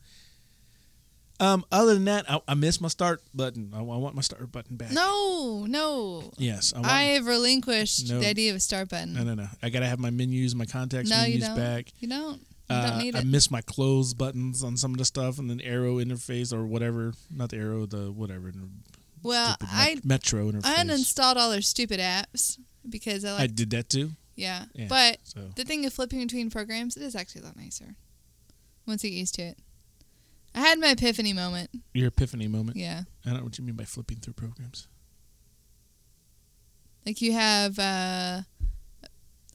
Speaker 3: Um, other than that, I, I missed my start button. I, I want my start button back.
Speaker 5: No, no.
Speaker 3: Yes, I want
Speaker 5: I have relinquished
Speaker 3: No.
Speaker 5: the idea of a start button.
Speaker 3: No, no, no. I gotta have my menus, my contacts
Speaker 5: No, you
Speaker 3: menus
Speaker 5: don't.
Speaker 3: back.
Speaker 5: You don't. You
Speaker 3: Uh,
Speaker 5: don't need
Speaker 3: I
Speaker 5: it.
Speaker 3: miss my close buttons on some of the stuff, and then arrow interface or whatever. Not the arrow, the whatever.
Speaker 5: Well,
Speaker 3: stupid
Speaker 5: Uh, I
Speaker 3: met- metro interface.
Speaker 5: I uninstalled all their stupid apps because I like.
Speaker 3: I did that too.
Speaker 5: yeah.
Speaker 3: Yeah.
Speaker 5: but
Speaker 3: So
Speaker 5: the thing of flipping between programs, it is actually a lot nicer once you get used to it. I had my epiphany moment.
Speaker 3: your epiphany moment.
Speaker 5: Yeah,
Speaker 3: I don't know what you mean by flipping through programs.
Speaker 5: like you have uh,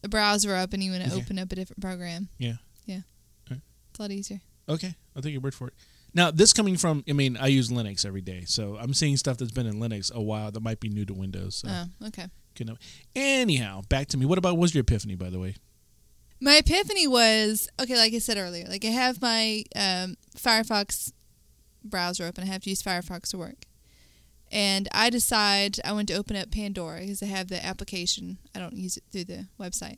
Speaker 5: a browser up and you want to
Speaker 3: Okay.
Speaker 5: open up a different program.
Speaker 3: Yeah.
Speaker 5: Yeah.
Speaker 3: Alright.
Speaker 5: It's a lot easier.
Speaker 3: Okay, I'll take your word for it. Now, this coming from, I mean, I use Linux every day, so I'm seeing stuff that's been in Linux a while that might be new to Windows. So,
Speaker 5: Oh, okay.
Speaker 3: good know. Anyhow, back to me. What about was your epiphany, by the way?
Speaker 5: My epiphany was okay, like I said earlier, like I have my um, Firefox browser open. I have to use Firefox to work. And I decide I want to open up Pandora because I have the application. I don't use it through the website.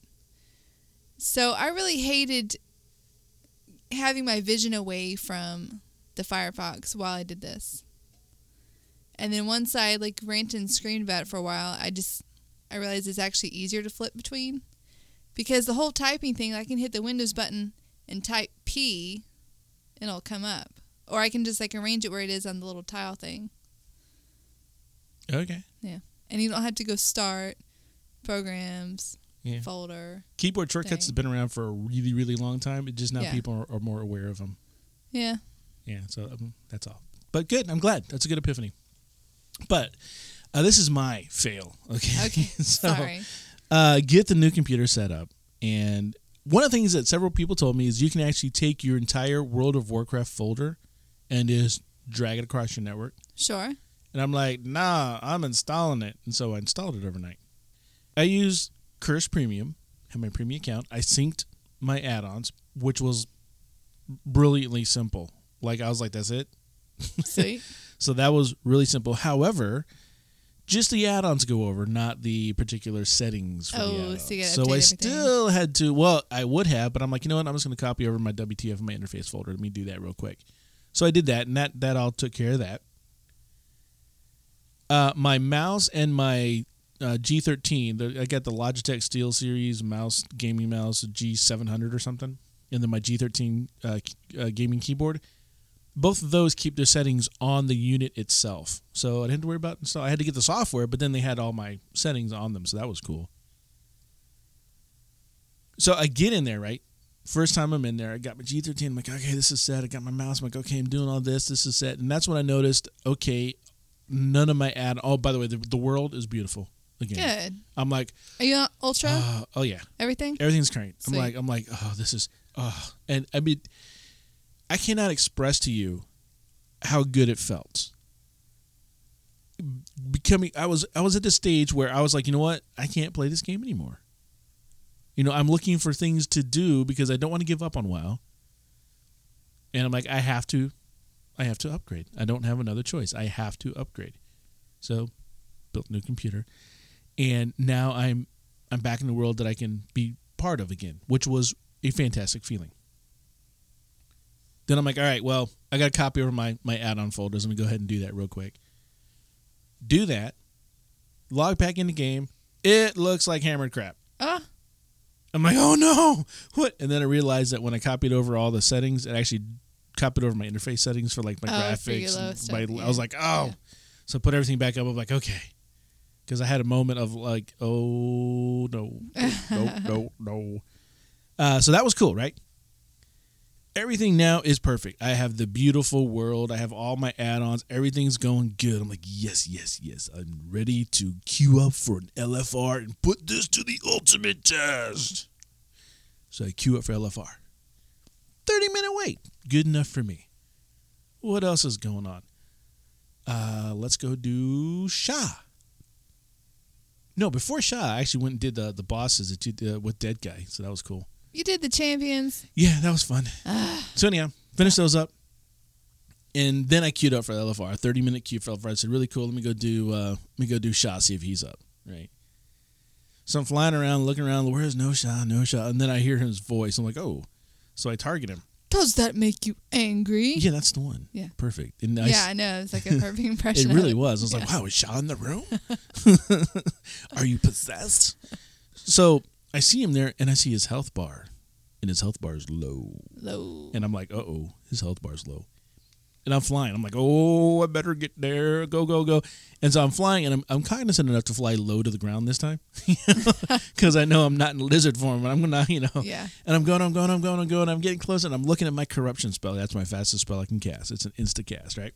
Speaker 5: So I really hated having my vision away from the Firefox while I did this. And then once I like ranted and screamed about it for a while, I just I realized it's actually easier to flip between because the whole typing thing, I can hit the Windows button and type P, and it'll come up. Or I can just like arrange it where it is on the little tile thing,
Speaker 3: Okay.
Speaker 5: and you don't have to go start programs
Speaker 3: Yeah.
Speaker 5: folder.
Speaker 3: Keyboard shortcuts has
Speaker 5: Dang.
Speaker 3: been around for a really, really long time. It's just now
Speaker 5: Yeah.
Speaker 3: people are, are more aware of them.
Speaker 5: Yeah,
Speaker 3: Yeah, so um, that's all. But good. I'm glad. That's a good epiphany. But uh, this is my fail. Okay.
Speaker 5: Okay,
Speaker 3: so,
Speaker 5: sorry.
Speaker 3: Uh, get the new computer set up, and one of the things that several people told me is you can actually take your entire World of Warcraft folder and just drag it across your network.
Speaker 5: Sure.
Speaker 3: And I'm like, nah, I'm installing it. And so I installed it overnight. I used Curse Premium, had my premium account. I synced my add ons, which was brilliantly simple. Like, I was like, that's it.
Speaker 5: Sweet.
Speaker 3: So that was really simple. However, just the add-ons go over, not the particular settings. For
Speaker 5: Oh,
Speaker 3: the
Speaker 5: so you
Speaker 3: add-ons.
Speaker 5: gotta
Speaker 3: so I
Speaker 5: update everything.
Speaker 3: still had to. Well, I would have, but I'm like, you know what? I'm just going to copy over my WTF in my interface folder. Let me do that real quick. So I did that, and that that all took care of that. Uh, my mouse and my uh, G13. The, I got the Logitech Steel Series mouse, gaming mouse G700 or something, and then my G13 uh, k- uh, gaming keyboard both of those keep their settings on the unit itself. So I didn't have to worry about install. I had to get the software, but then they had all my settings on them, so that was cool. So I get in there, right? First time I'm in there, I got my G13. I'm like, okay, this is set. I got my mouse. I'm like, okay, I'm doing all this. This is set. And that's when I noticed, okay, none of my ad. Oh, by the way, the, the world is beautiful again.
Speaker 5: Good.
Speaker 3: I'm like,
Speaker 5: Are you on Ultra?
Speaker 3: uh, oh yeah,
Speaker 5: Everything?
Speaker 3: Everything's great. I'm
Speaker 5: Sweet.
Speaker 3: like, I'm like, oh, this is, oh, and I mean, I cannot express to you how good it felt. Becoming, I was, I was at the stage where I was like, you know what, I can't play this game anymore. You know, I'm looking for things to do because I don't want to give up on WoW. And I'm like, I have to, I have to upgrade. I don't have another choice. I have to upgrade. So, built a new computer, and now I'm I'm back in the world that I can be part of again, which was a fantastic feeling. Then I'm like, all right, well, I got to copy over my, my add on folders. Let me go ahead and do that real quick. Do that, log back in the game. It looks like hammered crap.
Speaker 5: Ah.
Speaker 3: I'm like, oh no, what? And then I realized that when I copied over all the settings, it actually copied over my interface settings for like my
Speaker 5: Oh, for your
Speaker 3: graphics.
Speaker 5: low
Speaker 3: and
Speaker 5: stuff,
Speaker 3: my,
Speaker 5: yeah.
Speaker 3: I was like, oh.
Speaker 5: Yeah.
Speaker 3: So I put everything back up. I'm like, okay because I had a moment of like, oh no, no, no, no. Uh, so that was cool, right? Everything now is perfect. I have the beautiful world. I have all my add-ons. Everything's going good. I'm like, yes, yes, yes. I'm ready to queue up for an LFR and put this to the ultimate test. So I queue up for LFR. 30 minute wait. Good enough for me. What else is going on? Uh, let's go do Sha. No, before Sha, I actually went and did the the bosses that you did with Dead Guy, so that was cool.
Speaker 5: You did the champions.
Speaker 3: Yeah, that was fun. so anyhow, finished those up, and then I queued up for LFR, thirty minute queue for LFR. I said, "Really cool. Let me go do uh, let me go do Sha, see if he's up." Right. So I'm flying around, looking around. Where's no Sha, no Sha? And then I hear his voice. I'm like, "Oh!" So I target him.
Speaker 5: Does that make you angry?
Speaker 3: Yeah, that's the one.
Speaker 5: Yeah.
Speaker 3: perfect. And I
Speaker 5: Yeah, I know. It's like a perfect
Speaker 3: It
Speaker 5: impression. of
Speaker 3: really was. I was like, wow, is Shaw in the room? Are you possessed? So I see him there and I see his health bar, and his health bar is low.
Speaker 5: Low.
Speaker 3: And I'm like, uh oh, his health bar's low. And I'm flying. I'm like, oh, I better get there. Go, go, go. And so I'm flying, and I'm, I'm cognizant enough to fly low to the ground this time, because I know I'm not in lizard form, but I'm gonna, you know.
Speaker 5: Yeah.
Speaker 3: And I'm going, I'm going, I'm going, I'm going. I'm getting closer, and I'm looking at my corruption spell. That's my fastest spell I can cast. It's an insta cast, right?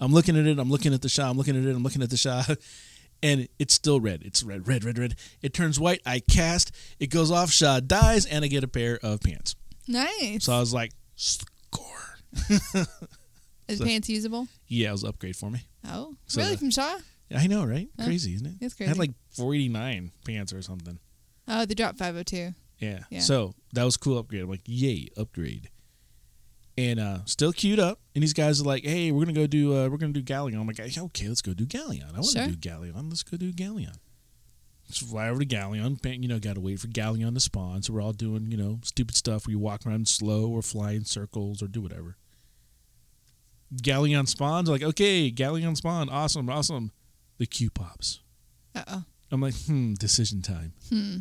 Speaker 3: I'm looking at it. I'm looking at the shot. I'm looking at it. I'm looking at the shot. And it's still red. It's red, red, red, red. It turns white. I cast. It goes off. Shah dies, and I get a pair of pants.
Speaker 5: Nice.
Speaker 3: So I was like, score.
Speaker 5: Is pants usable?
Speaker 3: Yeah, it was an upgrade for me.
Speaker 5: Oh,
Speaker 3: So
Speaker 5: really?
Speaker 3: the-
Speaker 5: From Shaw?
Speaker 3: I know, right? Crazy, isn't it?
Speaker 5: it's
Speaker 3: I had
Speaker 5: crazy.
Speaker 3: like 489 pants or something.
Speaker 5: Oh, they dropped 502.
Speaker 3: Yeah.
Speaker 5: Yeah.
Speaker 3: So that was a cool upgrade. I'm like, yay, upgrade. And uh still queued up. And these guys are like, hey, we're gonna go do uh we're gonna do Galleon. I'm like, okay, let's go do Galleon. I wanna
Speaker 5: Sure.
Speaker 3: do Galleon. Let's go do Galleon. Let's fly over to Galleon. Bang, You know, gotta wait for Galleon to spawn. So we're all doing, you know, stupid stuff where you walk around slow or fly in circles or do whatever. Galleon spawns, like, okay, Galleon spawn, awesome, awesome. The queue pops.
Speaker 5: Uh oh.
Speaker 3: I'm like, hmm, decision time.
Speaker 5: Hmm.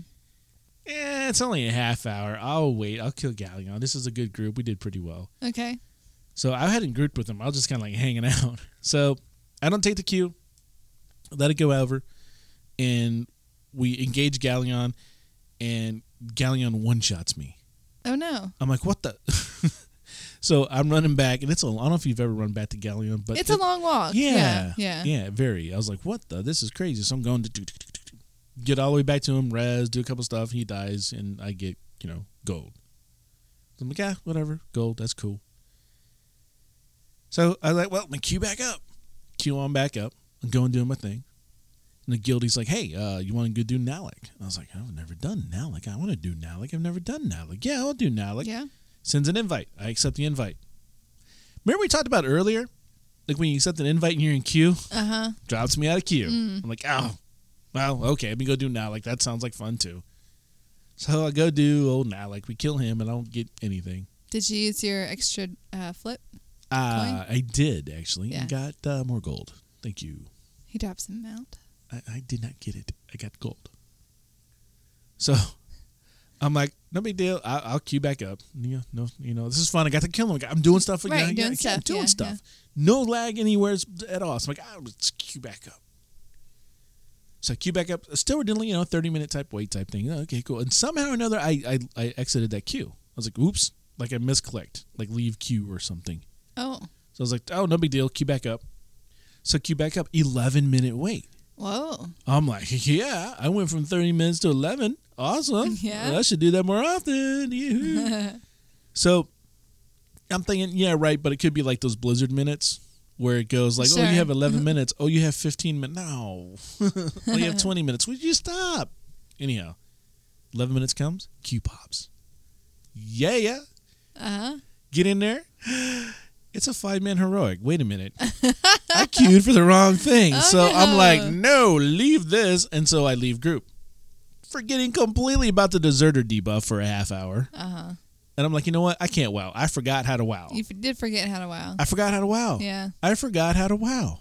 Speaker 3: Eh, it's only a half hour. I'll wait. I'll kill Galleon. This is a good group. We did pretty well.
Speaker 5: Okay.
Speaker 3: So I hadn't grouped with them. I was just kind of like hanging out. So I don't take the cue. Let it go over. And we engage Galleon. And Galleon one shots me.
Speaker 5: Oh no.
Speaker 3: I'm like, what the? so I'm running back. And it's a, I don't know if you've ever run back to Galleon, but
Speaker 5: it's
Speaker 3: it-
Speaker 5: a long walk.
Speaker 3: yeah,
Speaker 5: Yeah.
Speaker 3: yeah, very. I was like, what the? This is crazy. So I'm going to do, do, do, do, do. get all the way back to him, res, do a couple stuff. He dies, and I get you know, gold. So I'm like, yeah, whatever, gold, that's cool. So I was like, well, then queue back up. Queue on back up. I'm going doing my thing. And the guildie's like, hey, uh, you want to go do Nalik? I was like, I've never done Nalik. I want to do Nalik. I've never done Nalik. Yeah, I'll do Nalik
Speaker 5: yeah.
Speaker 3: sends an invite. I accept the invite. Remember we talked about earlier? Like when you accept an invite and you're in queue,
Speaker 5: Uh huh.
Speaker 3: drops me out of queue. I'm like, oh, well, okay, let me go do now. Like that sounds like fun too. So I go do old now. Like we kill him and I don't get anything.
Speaker 5: Did you use your extra uh, flip?
Speaker 3: Uh, I did actually.
Speaker 5: Yeah.
Speaker 3: and got uh, more gold. Thank you.
Speaker 5: He drops an amount.
Speaker 3: I, I did not get it. I got gold. So I'm like, no big deal. I, I'll queue back up. You know, no, you know, this is fun. I got to kill him. I'm doing stuff.
Speaker 5: Right,
Speaker 3: yeah,
Speaker 5: doing
Speaker 3: yeah, yeah,
Speaker 5: stuff,
Speaker 3: I'm doing
Speaker 5: yeah,
Speaker 3: stuff.
Speaker 5: yeah.
Speaker 3: No lag anywhere s- at all. So I'm like, I'll just queue back up. So I queue back up. Still, we're doing, you know, 30 minute type wait type thing. Oh, Okay, cool. And somehow or another, I, I, I exited that queue. I was like, oops. Like I misclicked, like leave queue or something.
Speaker 5: Oh,
Speaker 3: So I was like, oh, no big deal. Queue back up. So queue back up. 11 minute wait.
Speaker 5: whoa.
Speaker 3: I'm like, yeah, I went from 30 minutes to 11. Awesome.
Speaker 5: Yeah.
Speaker 3: Well, I should do that more often. Yee-hoo. so I'm thinking, yeah, right, but it could be like those blizzard minutes where it goes like, oh,
Speaker 5: Sure.
Speaker 3: you have 11 minutes. Oh, you have 15 minutes. No. oh, you have 20 minutes. Would you stop? Anyhow, 11 minutes comes, Q pops. Yeah, yeah.
Speaker 5: Uh huh.
Speaker 3: Get in there. It's a five man heroic. Wait a minute. I queued for the wrong thing. so I'm
Speaker 5: Oh, no.
Speaker 3: like, no, leave this. And so I leave group, forgetting completely about the deserter debuff for a half hour.
Speaker 5: Uh huh.
Speaker 3: And I'm like, you know what? I can't wow. I forgot how to wow.
Speaker 5: You f- did forget how to wow.
Speaker 3: I forgot how to wow.
Speaker 5: Yeah.
Speaker 3: I forgot how to wow.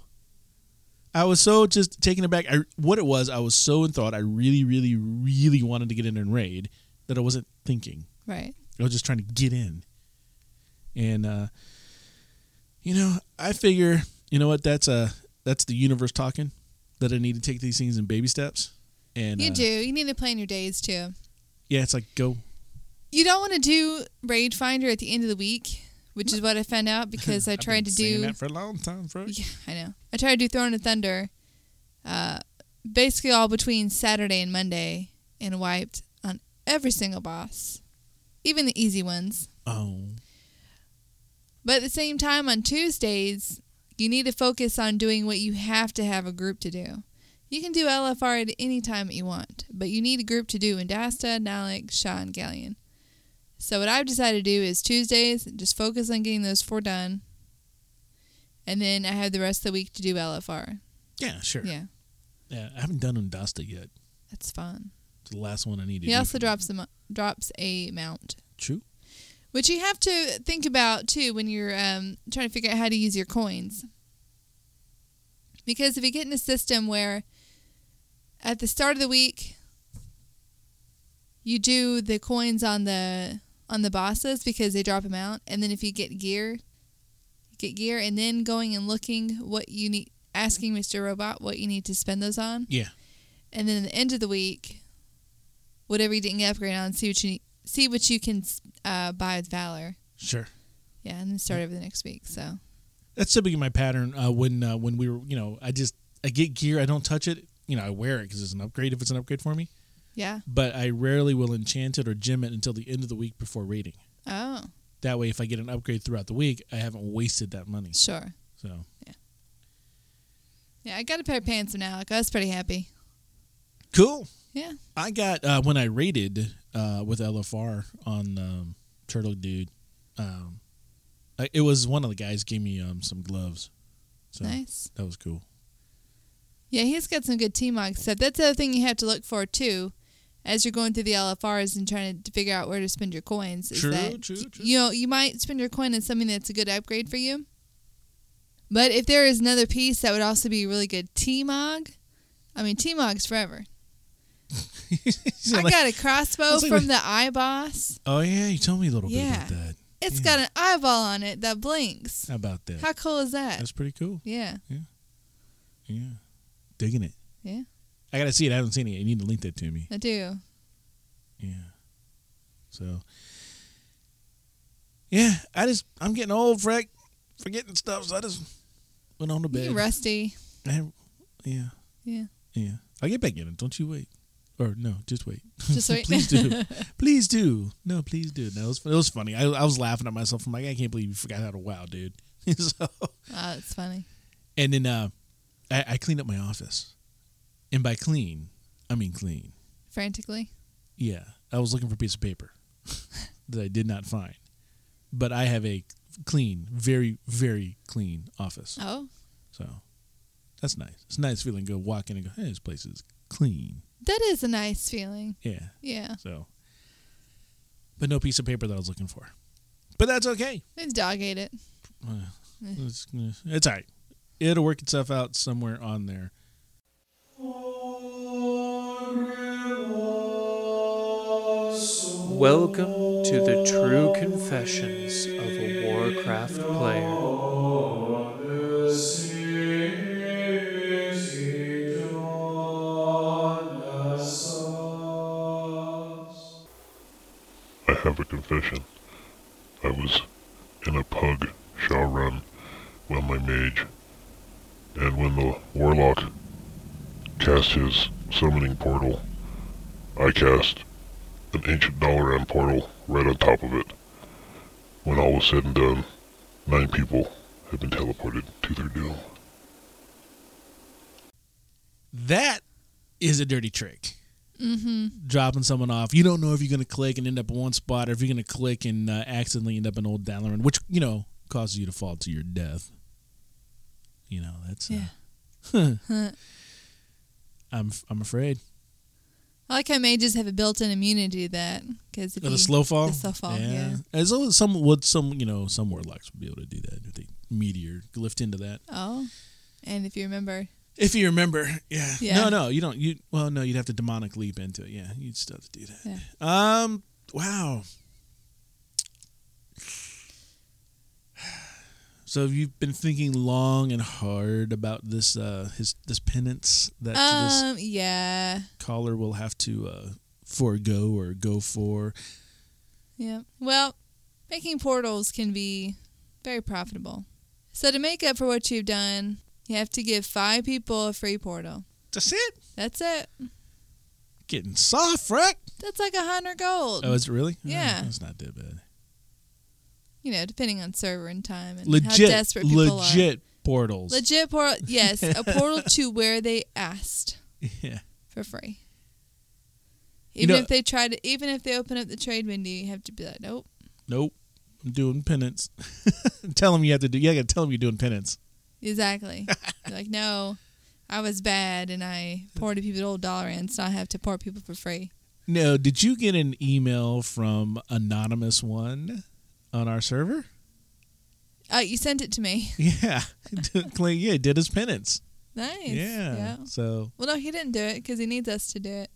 Speaker 3: I was so just taken aback. I, what it was, I was so enthralled. I really, really, really wanted to get in and raid that I wasn't thinking.
Speaker 5: Right.
Speaker 3: I was just trying to get in. And uh you know, I figure, you know what, that's uh that's the universe talking that I need to take these things in baby steps. And
Speaker 5: You
Speaker 3: uh,
Speaker 5: do. You need to plan your days too.
Speaker 3: yeah, it's like go
Speaker 5: You don't want to do raid finder at the end of the week, which is what I found out because I
Speaker 3: I've
Speaker 5: tried
Speaker 3: been
Speaker 5: to
Speaker 3: saying
Speaker 5: do.
Speaker 3: that for a long time, bro.
Speaker 5: Yeah, I know. I tried to do Throne of Thunder, uh, basically all between Saturday and Monday, and wiped on every single boss, even the easy ones.
Speaker 3: Oh.
Speaker 5: But at the same time, on Tuesdays, you need to focus on doing what you have to have a group to do. You can do LFR at any time that you want, but you need a group to do Indasta, Nalik, Shah, and Galleon. So what I've decided to do is Tuesdays, just focus on getting those four done. And then I have the rest of the week to do LFR.
Speaker 3: Yeah, sure. Yeah.
Speaker 5: Yeah,
Speaker 3: I haven't done Undasta yet.
Speaker 5: that's fun.
Speaker 3: It's the last one I need to
Speaker 5: He
Speaker 3: do
Speaker 5: also
Speaker 3: for-
Speaker 5: drops a, mo- drops a mount,
Speaker 3: True.
Speaker 5: which you have to think about too when you're um, trying to figure out how to use your coins. Because if you get in a system where at the start of the week you do the coins on the on the bosses because they drop them out, and then if you get gear, you get gear, and then going and looking what you need, asking Mr. Robot what you need to spend those on.
Speaker 3: Yeah.
Speaker 5: And then at the end of the week, whatever you didn't get upgrade on, see what you see what you can uh, buy with valor.
Speaker 3: Sure.
Speaker 5: Yeah, and then start over the next week. So
Speaker 3: That's typically my pattern uh, when uh, when we were, you know, I just I get gear, I don't touch it. You know, I wear it because it's an upgrade if it's an upgrade for me.
Speaker 5: yeah.
Speaker 3: but I rarely will enchant it or gem it until the end of the week before rating.
Speaker 5: Oh,
Speaker 3: That way, if I get an upgrade throughout the week, I haven't wasted that money.
Speaker 5: sure.
Speaker 3: So
Speaker 5: Yeah, I got a pair of pants from Alec. I was pretty happy.
Speaker 3: cool.
Speaker 5: Yeah.
Speaker 3: I got uh, when I rated uh, with LFR on um, Turtle Dude. Um, I, it was one of the guys gave me um, some gloves, so
Speaker 5: Nice.
Speaker 3: that was cool.
Speaker 5: Yeah, he's got some good T mock stuff. That's the other thing you have to look for too, as you're going through the LFRs and trying to figure out where to spend your coins. Is
Speaker 3: True,
Speaker 5: that,
Speaker 3: true, true.
Speaker 5: You know, you might spend your coin on something that's a good upgrade for you. But if there is another piece that would also be a really good T Mog, I mean T Mog's forever.
Speaker 3: So
Speaker 5: I
Speaker 3: like-
Speaker 5: got a crossbow
Speaker 3: like,
Speaker 5: from the eye boss.
Speaker 3: oh yeah, you told me a little
Speaker 5: Yeah.
Speaker 3: bit about that.
Speaker 5: It's
Speaker 3: Yeah.
Speaker 5: got an eyeball on it that blinks.
Speaker 3: How about that?
Speaker 5: How cool is that?
Speaker 3: That's pretty cool.
Speaker 5: Yeah.
Speaker 3: Yeah, digging it.
Speaker 5: Yeah.
Speaker 3: I gotta see it. I haven't seen it. You need to link that to me.
Speaker 5: I do.
Speaker 3: Yeah. So. Yeah, I just I'm getting old, Frank. Forgetting stuff, so I just went on to
Speaker 5: You
Speaker 3: bed.
Speaker 5: rusty.
Speaker 3: I- yeah.
Speaker 5: Yeah.
Speaker 3: Yeah. I'll get back in it. Don't you wait. Or no, just wait.
Speaker 5: Just wait.
Speaker 3: please do. Please do. No, please do. No, it was, it was funny. I, I was laughing at myself. I'm like, I can't believe you forgot how to wow, dude. so,
Speaker 5: Oh, that's funny.
Speaker 3: and then uh, I, I cleaned up my office, and by clean, I mean clean.
Speaker 5: Frantically.
Speaker 3: Yeah, I was looking for a piece of paper that I did not find, but I have a clean, very, very clean office.
Speaker 5: Oh,
Speaker 3: So that's nice. It's a nice feeling to go walk in and go, hey, this place is clean.
Speaker 5: that is a nice feeling.
Speaker 3: Yeah.
Speaker 5: Yeah.
Speaker 3: So, but no piece of paper that I was looking for. But that's okay.
Speaker 5: His dog ate it.
Speaker 3: It's, it's all right. It'll work itself out somewhere on there.
Speaker 7: Welcome to the true confessions of a Warcraft player.
Speaker 8: I have a confession. I was in a pug Shadowrun when my mage, and when the warlock cast his summoning portal, I cast an ancient Dalaran portal right on top of it. When all was said and done, nine people had been teleported to their doom.
Speaker 3: That is a dirty trick. Mm-hmm. Dropping someone off. You don't know if you're going to click and end up in one spot or if you're going to click and uh, accidentally end up in Old Dalaran, which, you know, causes you to fall to your death. You know, that's. Uh, I'm, I'm afraid.
Speaker 5: I like how mages have a built-in immunity to that because if
Speaker 3: Oh,
Speaker 5: you-
Speaker 3: the slow fall.
Speaker 5: the slow fall, yeah.
Speaker 3: As though some would some you know some warlocks would be able to do that if they meteor lift into that.
Speaker 5: Oh, and if you remember,
Speaker 3: If you remember, yeah.
Speaker 5: Yeah.
Speaker 3: No, no, you don't. You well, no, you'd have to demonic leap into it. Yeah, you'd still have to do that. Um. Wow. So you've been thinking long and hard about this uh his this penance that this
Speaker 5: um, yeah,
Speaker 3: caller will have to uh forego or go for.
Speaker 5: yeah. Well, making portals can be very profitable. So to make up for what you've done, you have to give five people a free portal.
Speaker 3: That's it.
Speaker 5: That's it.
Speaker 3: Getting soft, right?
Speaker 5: That's like a hundred gold.
Speaker 3: Oh, is it really?
Speaker 5: Yeah.
Speaker 3: Oh, that's not that bad.
Speaker 5: you know, depending on server and time and how
Speaker 3: Legit,
Speaker 5: desperate people
Speaker 3: legit portals.
Speaker 5: are. Legit portal. Yes, a portal to where they asked.
Speaker 3: yeah.
Speaker 5: for free.
Speaker 3: You
Speaker 5: Even
Speaker 3: know-
Speaker 5: if they try to, even if they open up the trade window, you have to be like, nope.
Speaker 3: Nope. I'm doing penance. tell them you have to do. Yeah, gotta tell them you're doing penance.
Speaker 5: Exactly. You're like, no, I was bad and I ported people to old dollar ends, so I have to port people for free.
Speaker 3: No, did you get an email from anonymous one on our server?
Speaker 5: Uh, you sent it to me.
Speaker 3: Yeah, Clay. Yeah, did his penance.
Speaker 5: Nice.
Speaker 3: Yeah. So,
Speaker 5: Well, no, he didn't do it because he needs us to do it.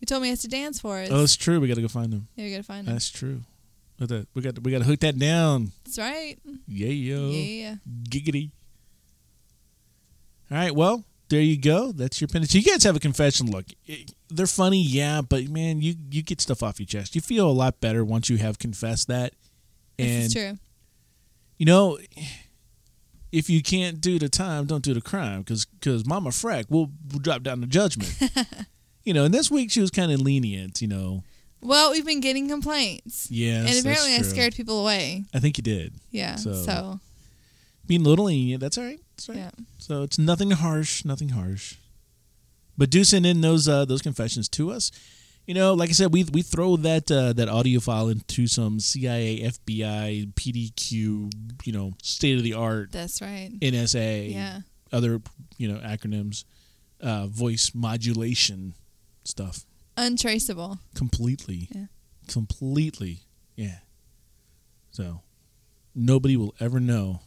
Speaker 5: We told him he has to dance for us.
Speaker 3: oh, it's Mm-hmm. true. We gotta go find him.
Speaker 5: yeah, we gotta find him.
Speaker 3: That's true. With that, we got we gotta hook that down.
Speaker 5: That's right.
Speaker 3: Yeah, yo.
Speaker 5: Yeah.
Speaker 3: Giggity. All right, well, there you go. That's your penance. You guys have a confession. Look, it- they're funny, yeah, but man, you you get stuff off your chest. You feel a lot better once you have confessed that.
Speaker 5: This
Speaker 3: And
Speaker 5: is true.
Speaker 3: you know, if you can't do the time, don't do the crime, because Mama Frack will will drop down the judgment. you know, and this week she was kind of lenient. You know,
Speaker 5: Well, we've been getting complaints.
Speaker 3: yeah,
Speaker 5: and apparently I scared people away.
Speaker 3: I think you did.
Speaker 5: Yeah.
Speaker 3: So-
Speaker 5: so
Speaker 3: Being a little lenient, that's all right. That's all right.
Speaker 5: yeah.
Speaker 3: So it's nothing harsh, nothing harsh. But do send in those uh, those confessions to us. You know, like I said, we we throw that uh, that audio file into some CIA, FBI, PDQ, you know, state of the art
Speaker 5: That's right.
Speaker 3: NSA,
Speaker 5: Yeah.
Speaker 3: other you know acronyms, uh, voice modulation stuff
Speaker 5: Untraceable.
Speaker 3: completely,
Speaker 5: Yeah.
Speaker 3: completely, yeah. So nobody will ever know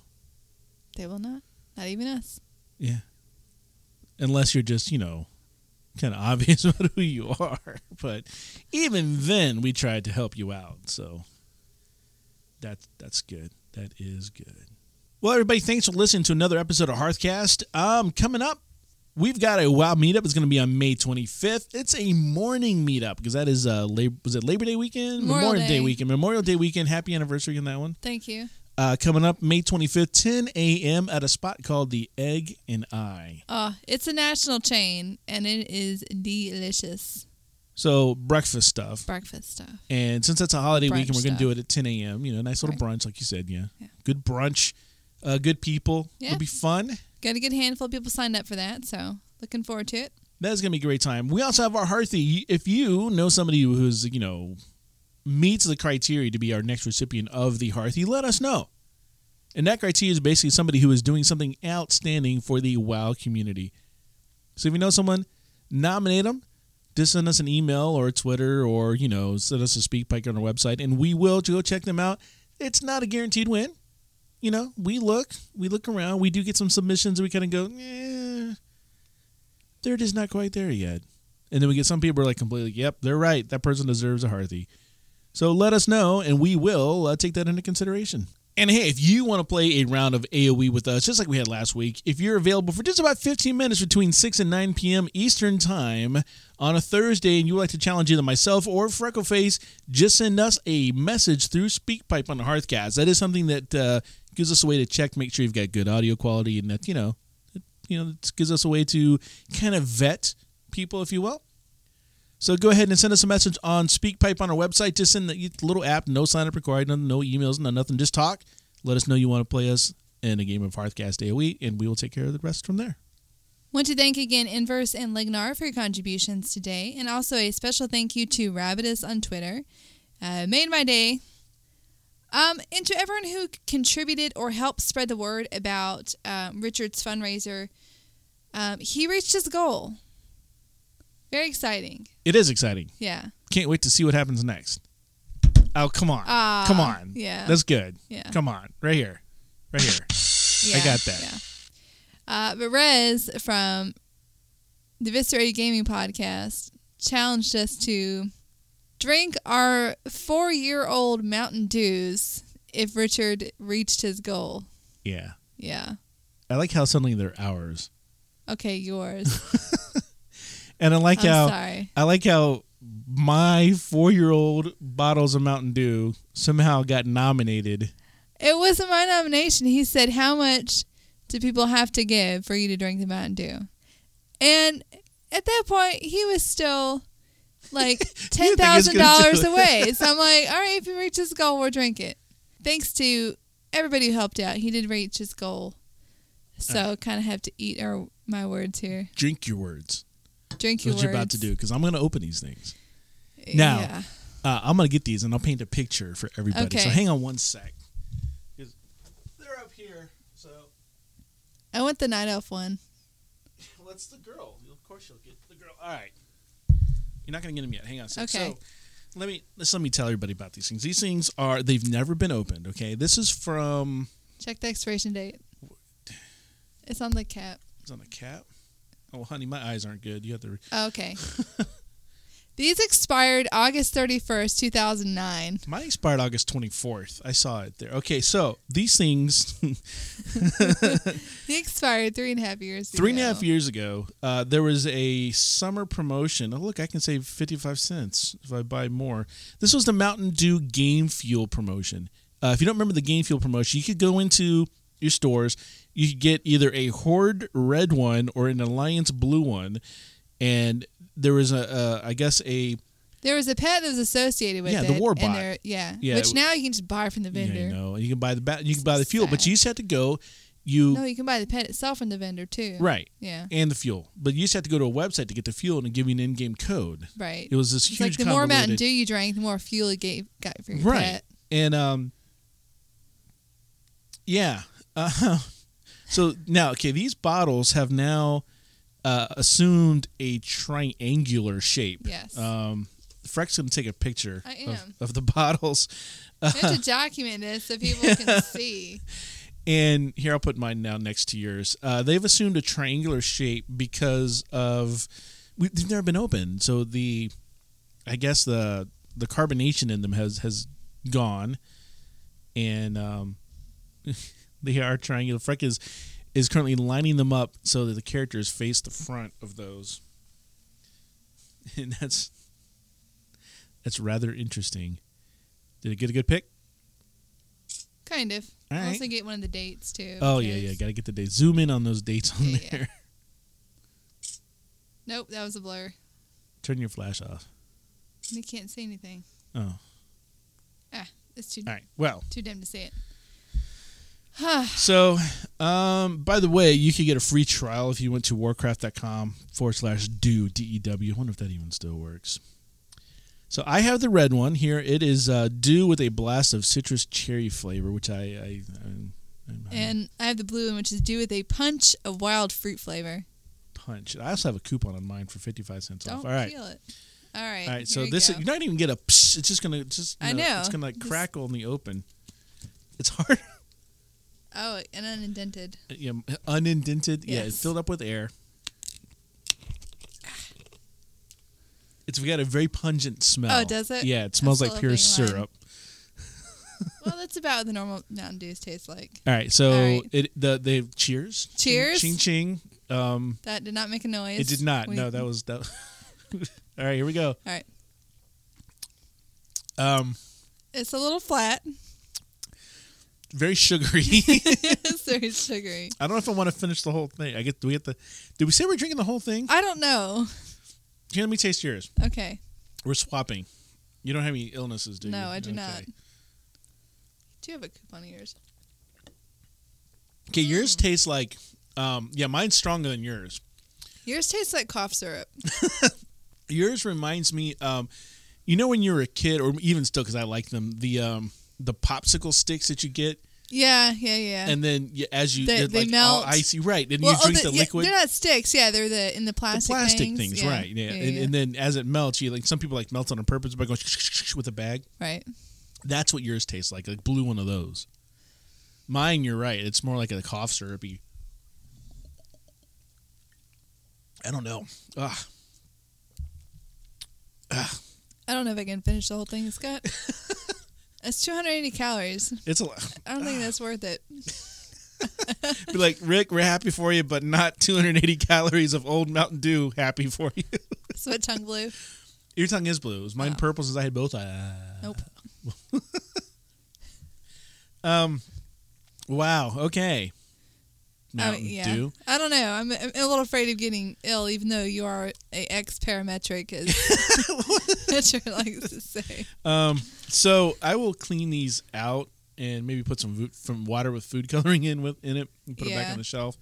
Speaker 5: They will not. Not even us.
Speaker 3: Yeah. Unless you're just, you know, kind of obvious about who you are. But even then, we tried to help you out. So that's that's good. That is good. Well, everybody, thanks for listening to another episode of Hearthcast. Um, coming up, we've got a WoW meetup. It's going to be on May 25th. It's a morning meetup because that is uh, Lab- was it Labor Day weekend,
Speaker 5: Memorial
Speaker 3: Day
Speaker 5: Day.
Speaker 3: weekend, Memorial Day weekend. Happy anniversary on that one.
Speaker 5: Thank you.
Speaker 3: Uh, coming up May 25th, 10 a.m. at a spot called the Egg and I.
Speaker 5: Oh, it's a national chain and it is delicious.
Speaker 3: So breakfast stuff.
Speaker 5: Breakfast stuff.
Speaker 3: And since that's a holiday week and
Speaker 5: Brunch
Speaker 3: we're going to do
Speaker 5: stuff.
Speaker 3: it at 10 a.m., you know, nice little brunch, like you said. Yeah.
Speaker 5: Yeah.
Speaker 3: Good brunch, uh, good people.
Speaker 5: Yeah.
Speaker 3: It'll be fun.
Speaker 5: Got a good handful of people signed up for that, so looking forward to it.
Speaker 3: That's going to be a great time. We also have our Hearthy. If you know somebody who's, you know, meets the criteria to be our next recipient of the Hearthy, let us know. And that criteria is basically somebody who is doing something outstanding for the WOW community. So if you know someone, nominate them. Just send us an email or a Twitter or, you know, send us a speak pipe on our website and we will go check them out. It's not a guaranteed win. You know, we look, we look around, we do get some submissions and we kind of go, eh, they're just not quite there yet. And then we get some people who are like completely, yep, they're right. That person deserves a Hearthy. So let us know, and we will uh, take that into consideration. And hey, if you want to play a round of AoE with us, just like we had last week, if you're available for just about 15 minutes between 6 and 9 p.m. Eastern Time on a Thursday, and you would like to challenge either myself or Freckleface, just send us a message through SpeakPipe on the Hearthcast. That is something that uh, gives us a way to check, make sure you've got good audio quality, and that, you know, it, you know, it gives us a way to kind of vet people, if you will. So go ahead and send us a message on SpeakPipe on our website. Just send the little app, no sign up required, no, no emails, no nothing. Just talk. Let us know you want to play us in a game of Hearthcast AoE, and we will take care of the rest from there.
Speaker 5: Want to thank again Inverse and Lignar for your contributions today, and also a special thank you to Rabidus on Twitter. Uh, made my day. Um, and to everyone who contributed or helped spread the word about um, Richard's fundraiser, um, he reached his goal. Very exciting.
Speaker 3: It is exciting.
Speaker 5: Yeah.
Speaker 3: Can't wait to see what happens next. Oh, come on.
Speaker 5: Ah,
Speaker 3: come on.
Speaker 5: yeah.
Speaker 3: That's good.
Speaker 5: Yeah.
Speaker 3: Come on. Right here. Right here.
Speaker 5: yeah
Speaker 3: got that.
Speaker 5: Yeah. Uh, but Rez from the Viscerated Gaming Podcast challenged us to drink our four year old Mountain Dews if Richard reached his goal.
Speaker 3: Yeah.
Speaker 5: Yeah.
Speaker 3: I like how suddenly they're ours.
Speaker 5: Okay, yours.
Speaker 3: And I like
Speaker 5: I'm
Speaker 3: how
Speaker 5: sorry.
Speaker 3: I like how my four year old bottles of Mountain Dew somehow got nominated.
Speaker 5: It wasn't my nomination. He said, How much do people have to give for you to drink the Mountain Dew? And at that point, he was still like
Speaker 3: You think he's gonna do
Speaker 5: $10,000
Speaker 3: it.
Speaker 5: away. So I'm like, All right, if you reach this goal, we'll drink it. Thanks to everybody who helped out, he did reach his goal. So kind of have to eat our, my words here.
Speaker 3: Drink your words.
Speaker 5: Drink your
Speaker 3: That's what you're
Speaker 5: words.
Speaker 3: about to do because I'm going to open these things. Now,
Speaker 5: Yeah.
Speaker 3: Uh, I'm going to get these and I'll paint a picture for everybody. So
Speaker 5: Okay.
Speaker 3: hang on one sec. 'Cause They're up here. So
Speaker 5: I want the night elf one.
Speaker 3: what's the girl? Of course you'll get the girl. All right. You're not going to get them yet. Hang on a sec.
Speaker 5: Okay.
Speaker 3: So let me just let me tell everybody about these things. These things are they've never been opened. Okay. This is from
Speaker 5: Check the expiration date. It's on the cap.
Speaker 3: it's on a cap. Oh, honey, my eyes aren't good. You have to.
Speaker 5: Okay. These expired August 31st, 2009.
Speaker 3: Mine expired August 24th. I saw it there. Okay, so these things
Speaker 5: They expired three and a half years
Speaker 3: Three and a half
Speaker 5: ago.
Speaker 3: years ago, uh, there was a summer promotion. Oh, look, I can save 55 cents if I buy more. This was the Mountain Dew Game Fuel promotion. Uh, if you don't remember the Game Fuel promotion, you could go into your stores. You could get either a Horde red one or an Alliance blue one. And there was a, uh, I guess, a.
Speaker 5: There was a pet that was associated with
Speaker 3: Yeah,
Speaker 5: it.
Speaker 3: the war
Speaker 5: and
Speaker 3: bot.
Speaker 5: there- yeah.
Speaker 3: Yeah,
Speaker 5: Which
Speaker 3: it-
Speaker 5: now you can just buy from the
Speaker 3: Yeah,
Speaker 5: vendor.
Speaker 3: you know, you can buy the ba- you can buy the fuel, but
Speaker 5: Sad.
Speaker 3: you just had to go. You
Speaker 5: No, you can buy the pet itself from the vendor too.
Speaker 3: right
Speaker 5: Yeah.
Speaker 3: and the fuel, but you just had to go to a website to get the fuel and it give you an in-game code.
Speaker 5: Right.
Speaker 3: It was this
Speaker 5: It's
Speaker 3: huge.
Speaker 5: like the more Mountain
Speaker 3: convoluted-
Speaker 5: Dew you drank, the more fuel you gave, got for your
Speaker 3: right
Speaker 5: pet.
Speaker 3: and um yeah uh, so now okay these bottles have now uh, assumed a triangular shape
Speaker 5: Yes.
Speaker 3: um Freck's gonna take a picture
Speaker 5: I
Speaker 3: of,
Speaker 5: am.
Speaker 3: of the bottles
Speaker 5: We have to document this so people can see.
Speaker 3: and here I'll put mine now next to yours. Uh, they've assumed a triangular shape because of we, they've never been opened, so the I guess the the carbonation in them has has gone, and um, they are triangular. Freck is is currently lining them up so that the characters face the front of those, and that's that's rather interesting. Did it get a good pick?
Speaker 5: Kind of.
Speaker 3: All
Speaker 5: I
Speaker 3: right.
Speaker 5: also get one of the dates too.
Speaker 3: Oh yeah, yeah.
Speaker 5: because-
Speaker 3: Got to get the date. Zoom in on those dates on
Speaker 5: Yeah,
Speaker 3: there.
Speaker 5: yeah. Nope, that was a blur.
Speaker 3: Turn your flash off.
Speaker 5: We can't say anything.
Speaker 3: Oh.
Speaker 5: Ah, it's too
Speaker 3: All right. Well,
Speaker 5: too dim to say it.
Speaker 3: so um, by the way, you could get a free trial if you went to warcraft.com forward slash do D E W. I wonder if that even still works. So I have the red one here. It is uh, dew with a blast of citrus cherry flavor, which I, I, I'm- I'm- I
Speaker 5: And I have the blue one, which is due with a punch of wild fruit flavor.
Speaker 3: punch. I also have a coupon on mine for fifty five cents
Speaker 5: Don't
Speaker 3: off. All right,
Speaker 5: feel it. All right.
Speaker 3: all right.
Speaker 5: here
Speaker 3: Oh, So
Speaker 5: we
Speaker 3: this
Speaker 5: go.
Speaker 3: you're not even gonna. Psh, it's just gonna just. You
Speaker 5: I know.
Speaker 3: It's gonna like
Speaker 5: Just-
Speaker 3: crackle in the open. It's hard.
Speaker 5: oh, and unindented.
Speaker 3: yeah, unindented. Yeah, it's
Speaker 5: Yes.
Speaker 3: filled up with air. It's got a very pungent smell.
Speaker 5: Oh, does it?
Speaker 3: Yeah, it
Speaker 5: That's
Speaker 3: smells
Speaker 5: the
Speaker 3: like
Speaker 5: little
Speaker 3: pure
Speaker 5: thing lime.
Speaker 3: syrup.
Speaker 5: well, that's about what the normal Mountain Dews taste like.
Speaker 3: All right, so
Speaker 5: All right.
Speaker 3: it the they cheers. Ching-
Speaker 5: Cheers.
Speaker 3: Ching ching. Um,
Speaker 5: That did not make a noise.
Speaker 3: it did not.
Speaker 5: We-
Speaker 3: No, that was that. All right, here we go.
Speaker 5: All right.
Speaker 3: Um,
Speaker 5: It's a little flat.
Speaker 3: very sugary.
Speaker 5: it's very sugary.
Speaker 3: I don't know if I want to finish the whole thing. I get. Do we get the? Did we say we're drinking the whole thing?
Speaker 5: I don't know.
Speaker 3: Here, let me taste yours.
Speaker 5: Okay.
Speaker 3: We're swapping. You don't have any illnesses, do you?
Speaker 5: no, I do
Speaker 3: Okay.
Speaker 5: not. Do you have a coupon of yours?
Speaker 3: Okay,
Speaker 5: Mm.
Speaker 3: yours tastes like. Um, yeah, mine's stronger than yours.
Speaker 5: Yours tastes like cough syrup.
Speaker 3: Yours reminds me, um, you know, when you were a kid, or even still, because I like them, the um, the popsicle sticks that you get,
Speaker 5: Yeah, yeah, yeah.
Speaker 3: and then you, as you
Speaker 5: They-
Speaker 3: get
Speaker 5: they
Speaker 3: like all
Speaker 5: melt.
Speaker 3: icy, right? And
Speaker 5: Well,
Speaker 3: you
Speaker 5: oh,
Speaker 3: drink
Speaker 5: the-
Speaker 3: the,
Speaker 5: yeah,
Speaker 3: liquid,
Speaker 5: they're not sticks. Yeah, they're the in the
Speaker 3: the
Speaker 5: plastic,
Speaker 3: plastic things, right? Yeah, and, and then as it melts, you like some people like melt it on purpose by going with a bag.
Speaker 5: right.
Speaker 3: That's what yours tastes like, like blue one of those. Mine, you're right. It's more like a cough syrupy. I don't know. Ugh.
Speaker 5: I don't know if I can finish the whole thing, Scott. That's 280 calories.
Speaker 3: It's a lot.
Speaker 5: I don't think that's worth it.
Speaker 3: Be like, Rick, we're happy for you, but not 280 calories of old Mountain Dew happy for you.
Speaker 5: That's what tongue blue.
Speaker 3: Your tongue is blue. It was mine purple since I had both. Uh,
Speaker 5: Oh. Nope.
Speaker 3: Um, wow. Okay.
Speaker 5: Oh,
Speaker 3: Mountain
Speaker 5: yeah.
Speaker 3: Dew.
Speaker 5: I don't know. I'm, I'm a little afraid of getting ill, even though you are a ex parametric, as Richard likes to say.
Speaker 3: So I will clean these out and maybe put some vo- from water with food coloring in with in it and put it back
Speaker 5: Yeah.
Speaker 3: on the shelf.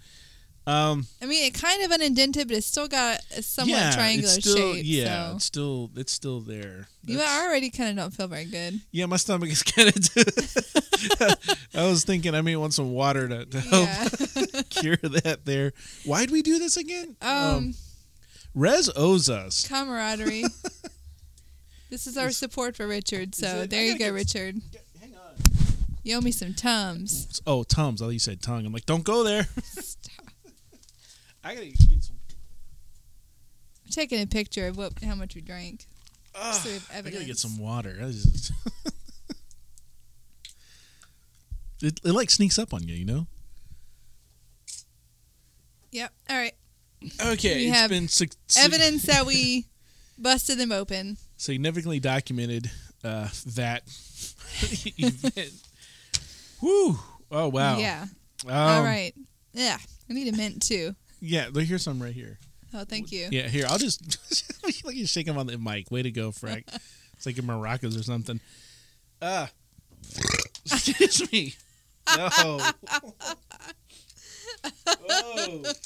Speaker 5: I mean, it kind of unindented, but it's still got a somewhat
Speaker 3: yeah,
Speaker 5: triangular
Speaker 3: it's still,
Speaker 5: shape.
Speaker 3: Yeah,
Speaker 5: so.
Speaker 3: it's still it's still there.
Speaker 5: you
Speaker 3: That's-
Speaker 5: already kind of don't feel very good.
Speaker 3: Yeah, my stomach is kind of. I was thinking I may want some water to, to help
Speaker 5: Yeah.
Speaker 3: cure that. There. Why'd we do this again?
Speaker 5: Um,
Speaker 3: Rez owes us.
Speaker 5: camaraderie. this is our support for Richard. So
Speaker 3: it-
Speaker 5: there
Speaker 3: I
Speaker 5: you
Speaker 3: gotta
Speaker 5: go, Richard.
Speaker 3: Hang on.
Speaker 5: You owe me some tums.
Speaker 3: Oh, Tums. I thought you said tongue. I'm like, don't go there.
Speaker 5: Stop.
Speaker 3: I gotta get some.
Speaker 5: I'm taking a picture of what how much we drank.
Speaker 3: Ugh,
Speaker 5: so we have
Speaker 3: I
Speaker 5: evidence.
Speaker 3: gotta get some water. I just- it, it like sneaks up on you, you know.
Speaker 5: Yep. All right.
Speaker 3: Okay,
Speaker 5: We
Speaker 3: it's
Speaker 5: have
Speaker 3: been sig- sig-
Speaker 5: Evidence that we busted them open.
Speaker 3: significantly documented uh, that event. Woo! Oh wow!
Speaker 5: Yeah.
Speaker 3: Um,
Speaker 5: All right. Yeah. I need a mint too.
Speaker 3: Yeah, look, here's some right here.
Speaker 5: Oh, thank you.
Speaker 3: Yeah, here I'll just like you shake him on the mic. Way to go, Frank. it's like in maracas or something. Uh excuse me. No. Whoa.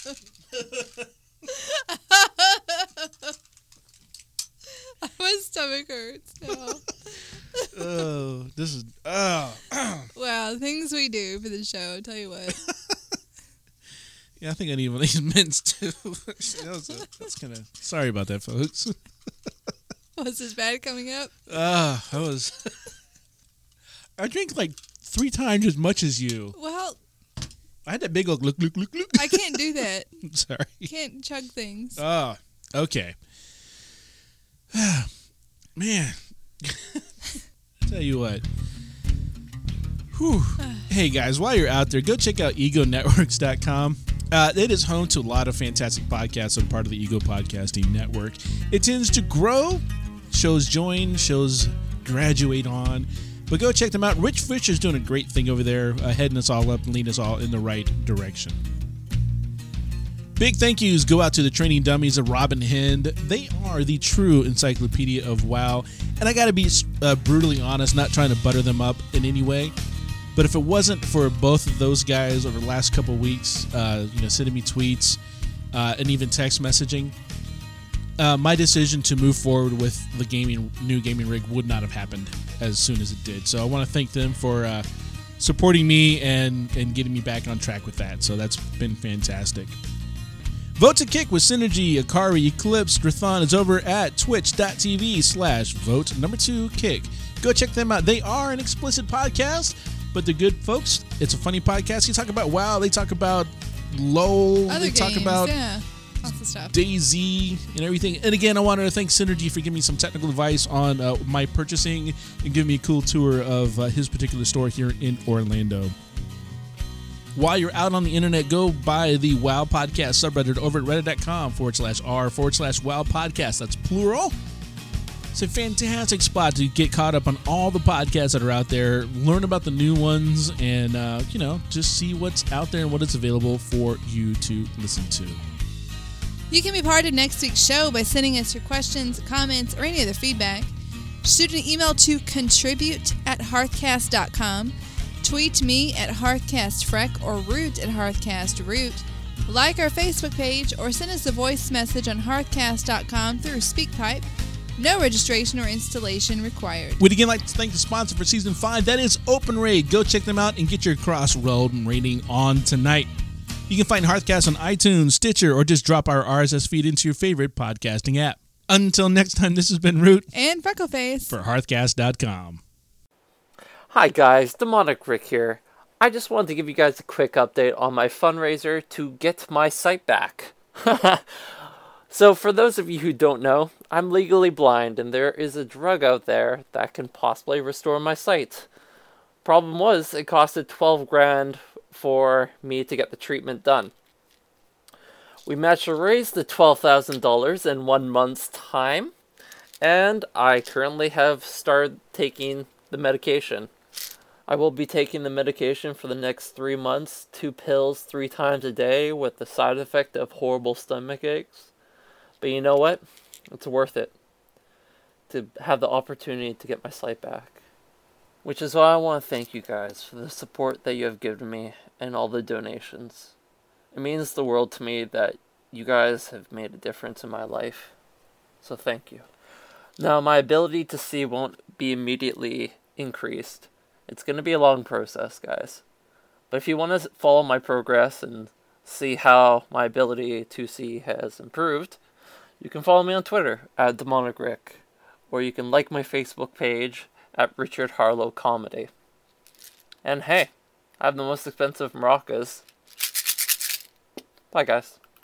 Speaker 5: My stomach hurts now.
Speaker 3: Oh, this is oh.
Speaker 5: wow, things we do for the show. tell you what.
Speaker 3: Yeah, I think I need one of these mints too. that was a, that's kind of sorry about that, folks.
Speaker 5: Was this bad coming up?
Speaker 3: Ah, I was. I drink like three times as much as you.
Speaker 5: Well,
Speaker 3: I had that big old look, look, look, look.
Speaker 5: I can't do that.
Speaker 3: Sorry.
Speaker 5: Can't chug things.
Speaker 3: Ah, okay. Man, tell you what. Whew. Hey guys, while you're out there, go check out egonetworks.com. Uh, it is home to a lot of fantastic podcasts on part of the Ego Podcasting Network. It tends to grow, shows join, shows graduate on. But go check them out. Rich Fisher's doing a great thing over there, uh, heading us all up and leading us all in the right direction. Big thank yous go out to the training dummies of Robin Hind. They are the true encyclopedia of WoW, and I gotta be uh, brutally honest, not trying to butter them up in any way. But if it wasn't for both of those guys over the last couple weeks, uh, you know, sending me tweets uh, and even text messaging, uh, my decision to move forward with the gaming new gaming rig would not have happened as soon as it did. So I want to thank them for uh, supporting me and and getting me back on track with that. So that's been fantastic. Vote to Kick with Synergy, Akari, Eclipse, Drathon is over at twitch.tv slash vote number two kick. Go check them out. They are an explicit podcast, but the good folks, it's a funny podcast. You talk about WoW, they talk about LOL,
Speaker 5: Other
Speaker 3: they
Speaker 5: games,
Speaker 3: talk about
Speaker 5: yeah, lots of stuff.
Speaker 3: Daisy and everything. And again, I wanted to thank Synergy for giving me some technical advice on uh, my purchasing and giving me a cool tour of uh, his particular store here in Orlando. While you're out on the internet, go buy the WoW Podcast subreddit over at reddit.com forward slash r forward slash WoW Podcast. That's plural. It's a fantastic spot to get caught up on all the podcasts that are out there, learn about the new ones, and, uh, you know, just see what's out there and what is available for you to listen to.
Speaker 5: You can be part of next week's show by sending us your questions, comments, or any other feedback. Shoot an email to contribute at hearthcast.com. Tweet me at hearthcastfreck or root at hearthcastroot. Like our Facebook page or send us a voice message on hearthcast.com through SpeakPipe. No registration or installation required.
Speaker 3: We'd again like to thank the sponsor for season five. That is Open Raid. Go check them out and get your Crossroad rating on tonight. You can find Hearthcast on iTunes, Stitcher, or just drop our RSS feed into your favorite podcasting app. Until next time, this has been Root
Speaker 5: And Freckleface.
Speaker 3: for Hearthcast.com.
Speaker 9: Hi guys, Demonic Rick here. I just wanted to give you guys a quick update on my fundraiser to get my sight back. so, for those of you who don't know, I'm legally blind and there is a drug out there that can possibly restore my sight. Problem was, it costed 12 grand for me to get the treatment done. We managed to raise the $12,000 in one month's time, and I currently have started taking the medication. I will be taking the medication for the next three months, two pills three times a day, with the side effect of horrible stomach aches. But you know what? It's worth it to have the opportunity to get my sight back. Which is why I want to thank you guys for the support that you have given me and all the donations. It means the world to me that you guys have made a difference in my life. So thank you. Now, my ability to see won't be immediately increased. It's going to be a long process, guys. But if you want to follow my progress and see how my ability to see has improved, you can follow me on Twitter at Demonic Rick, or you can like my Facebook page at Richard Harlow Comedy. And hey, I have the most expensive maracas. Bye, guys.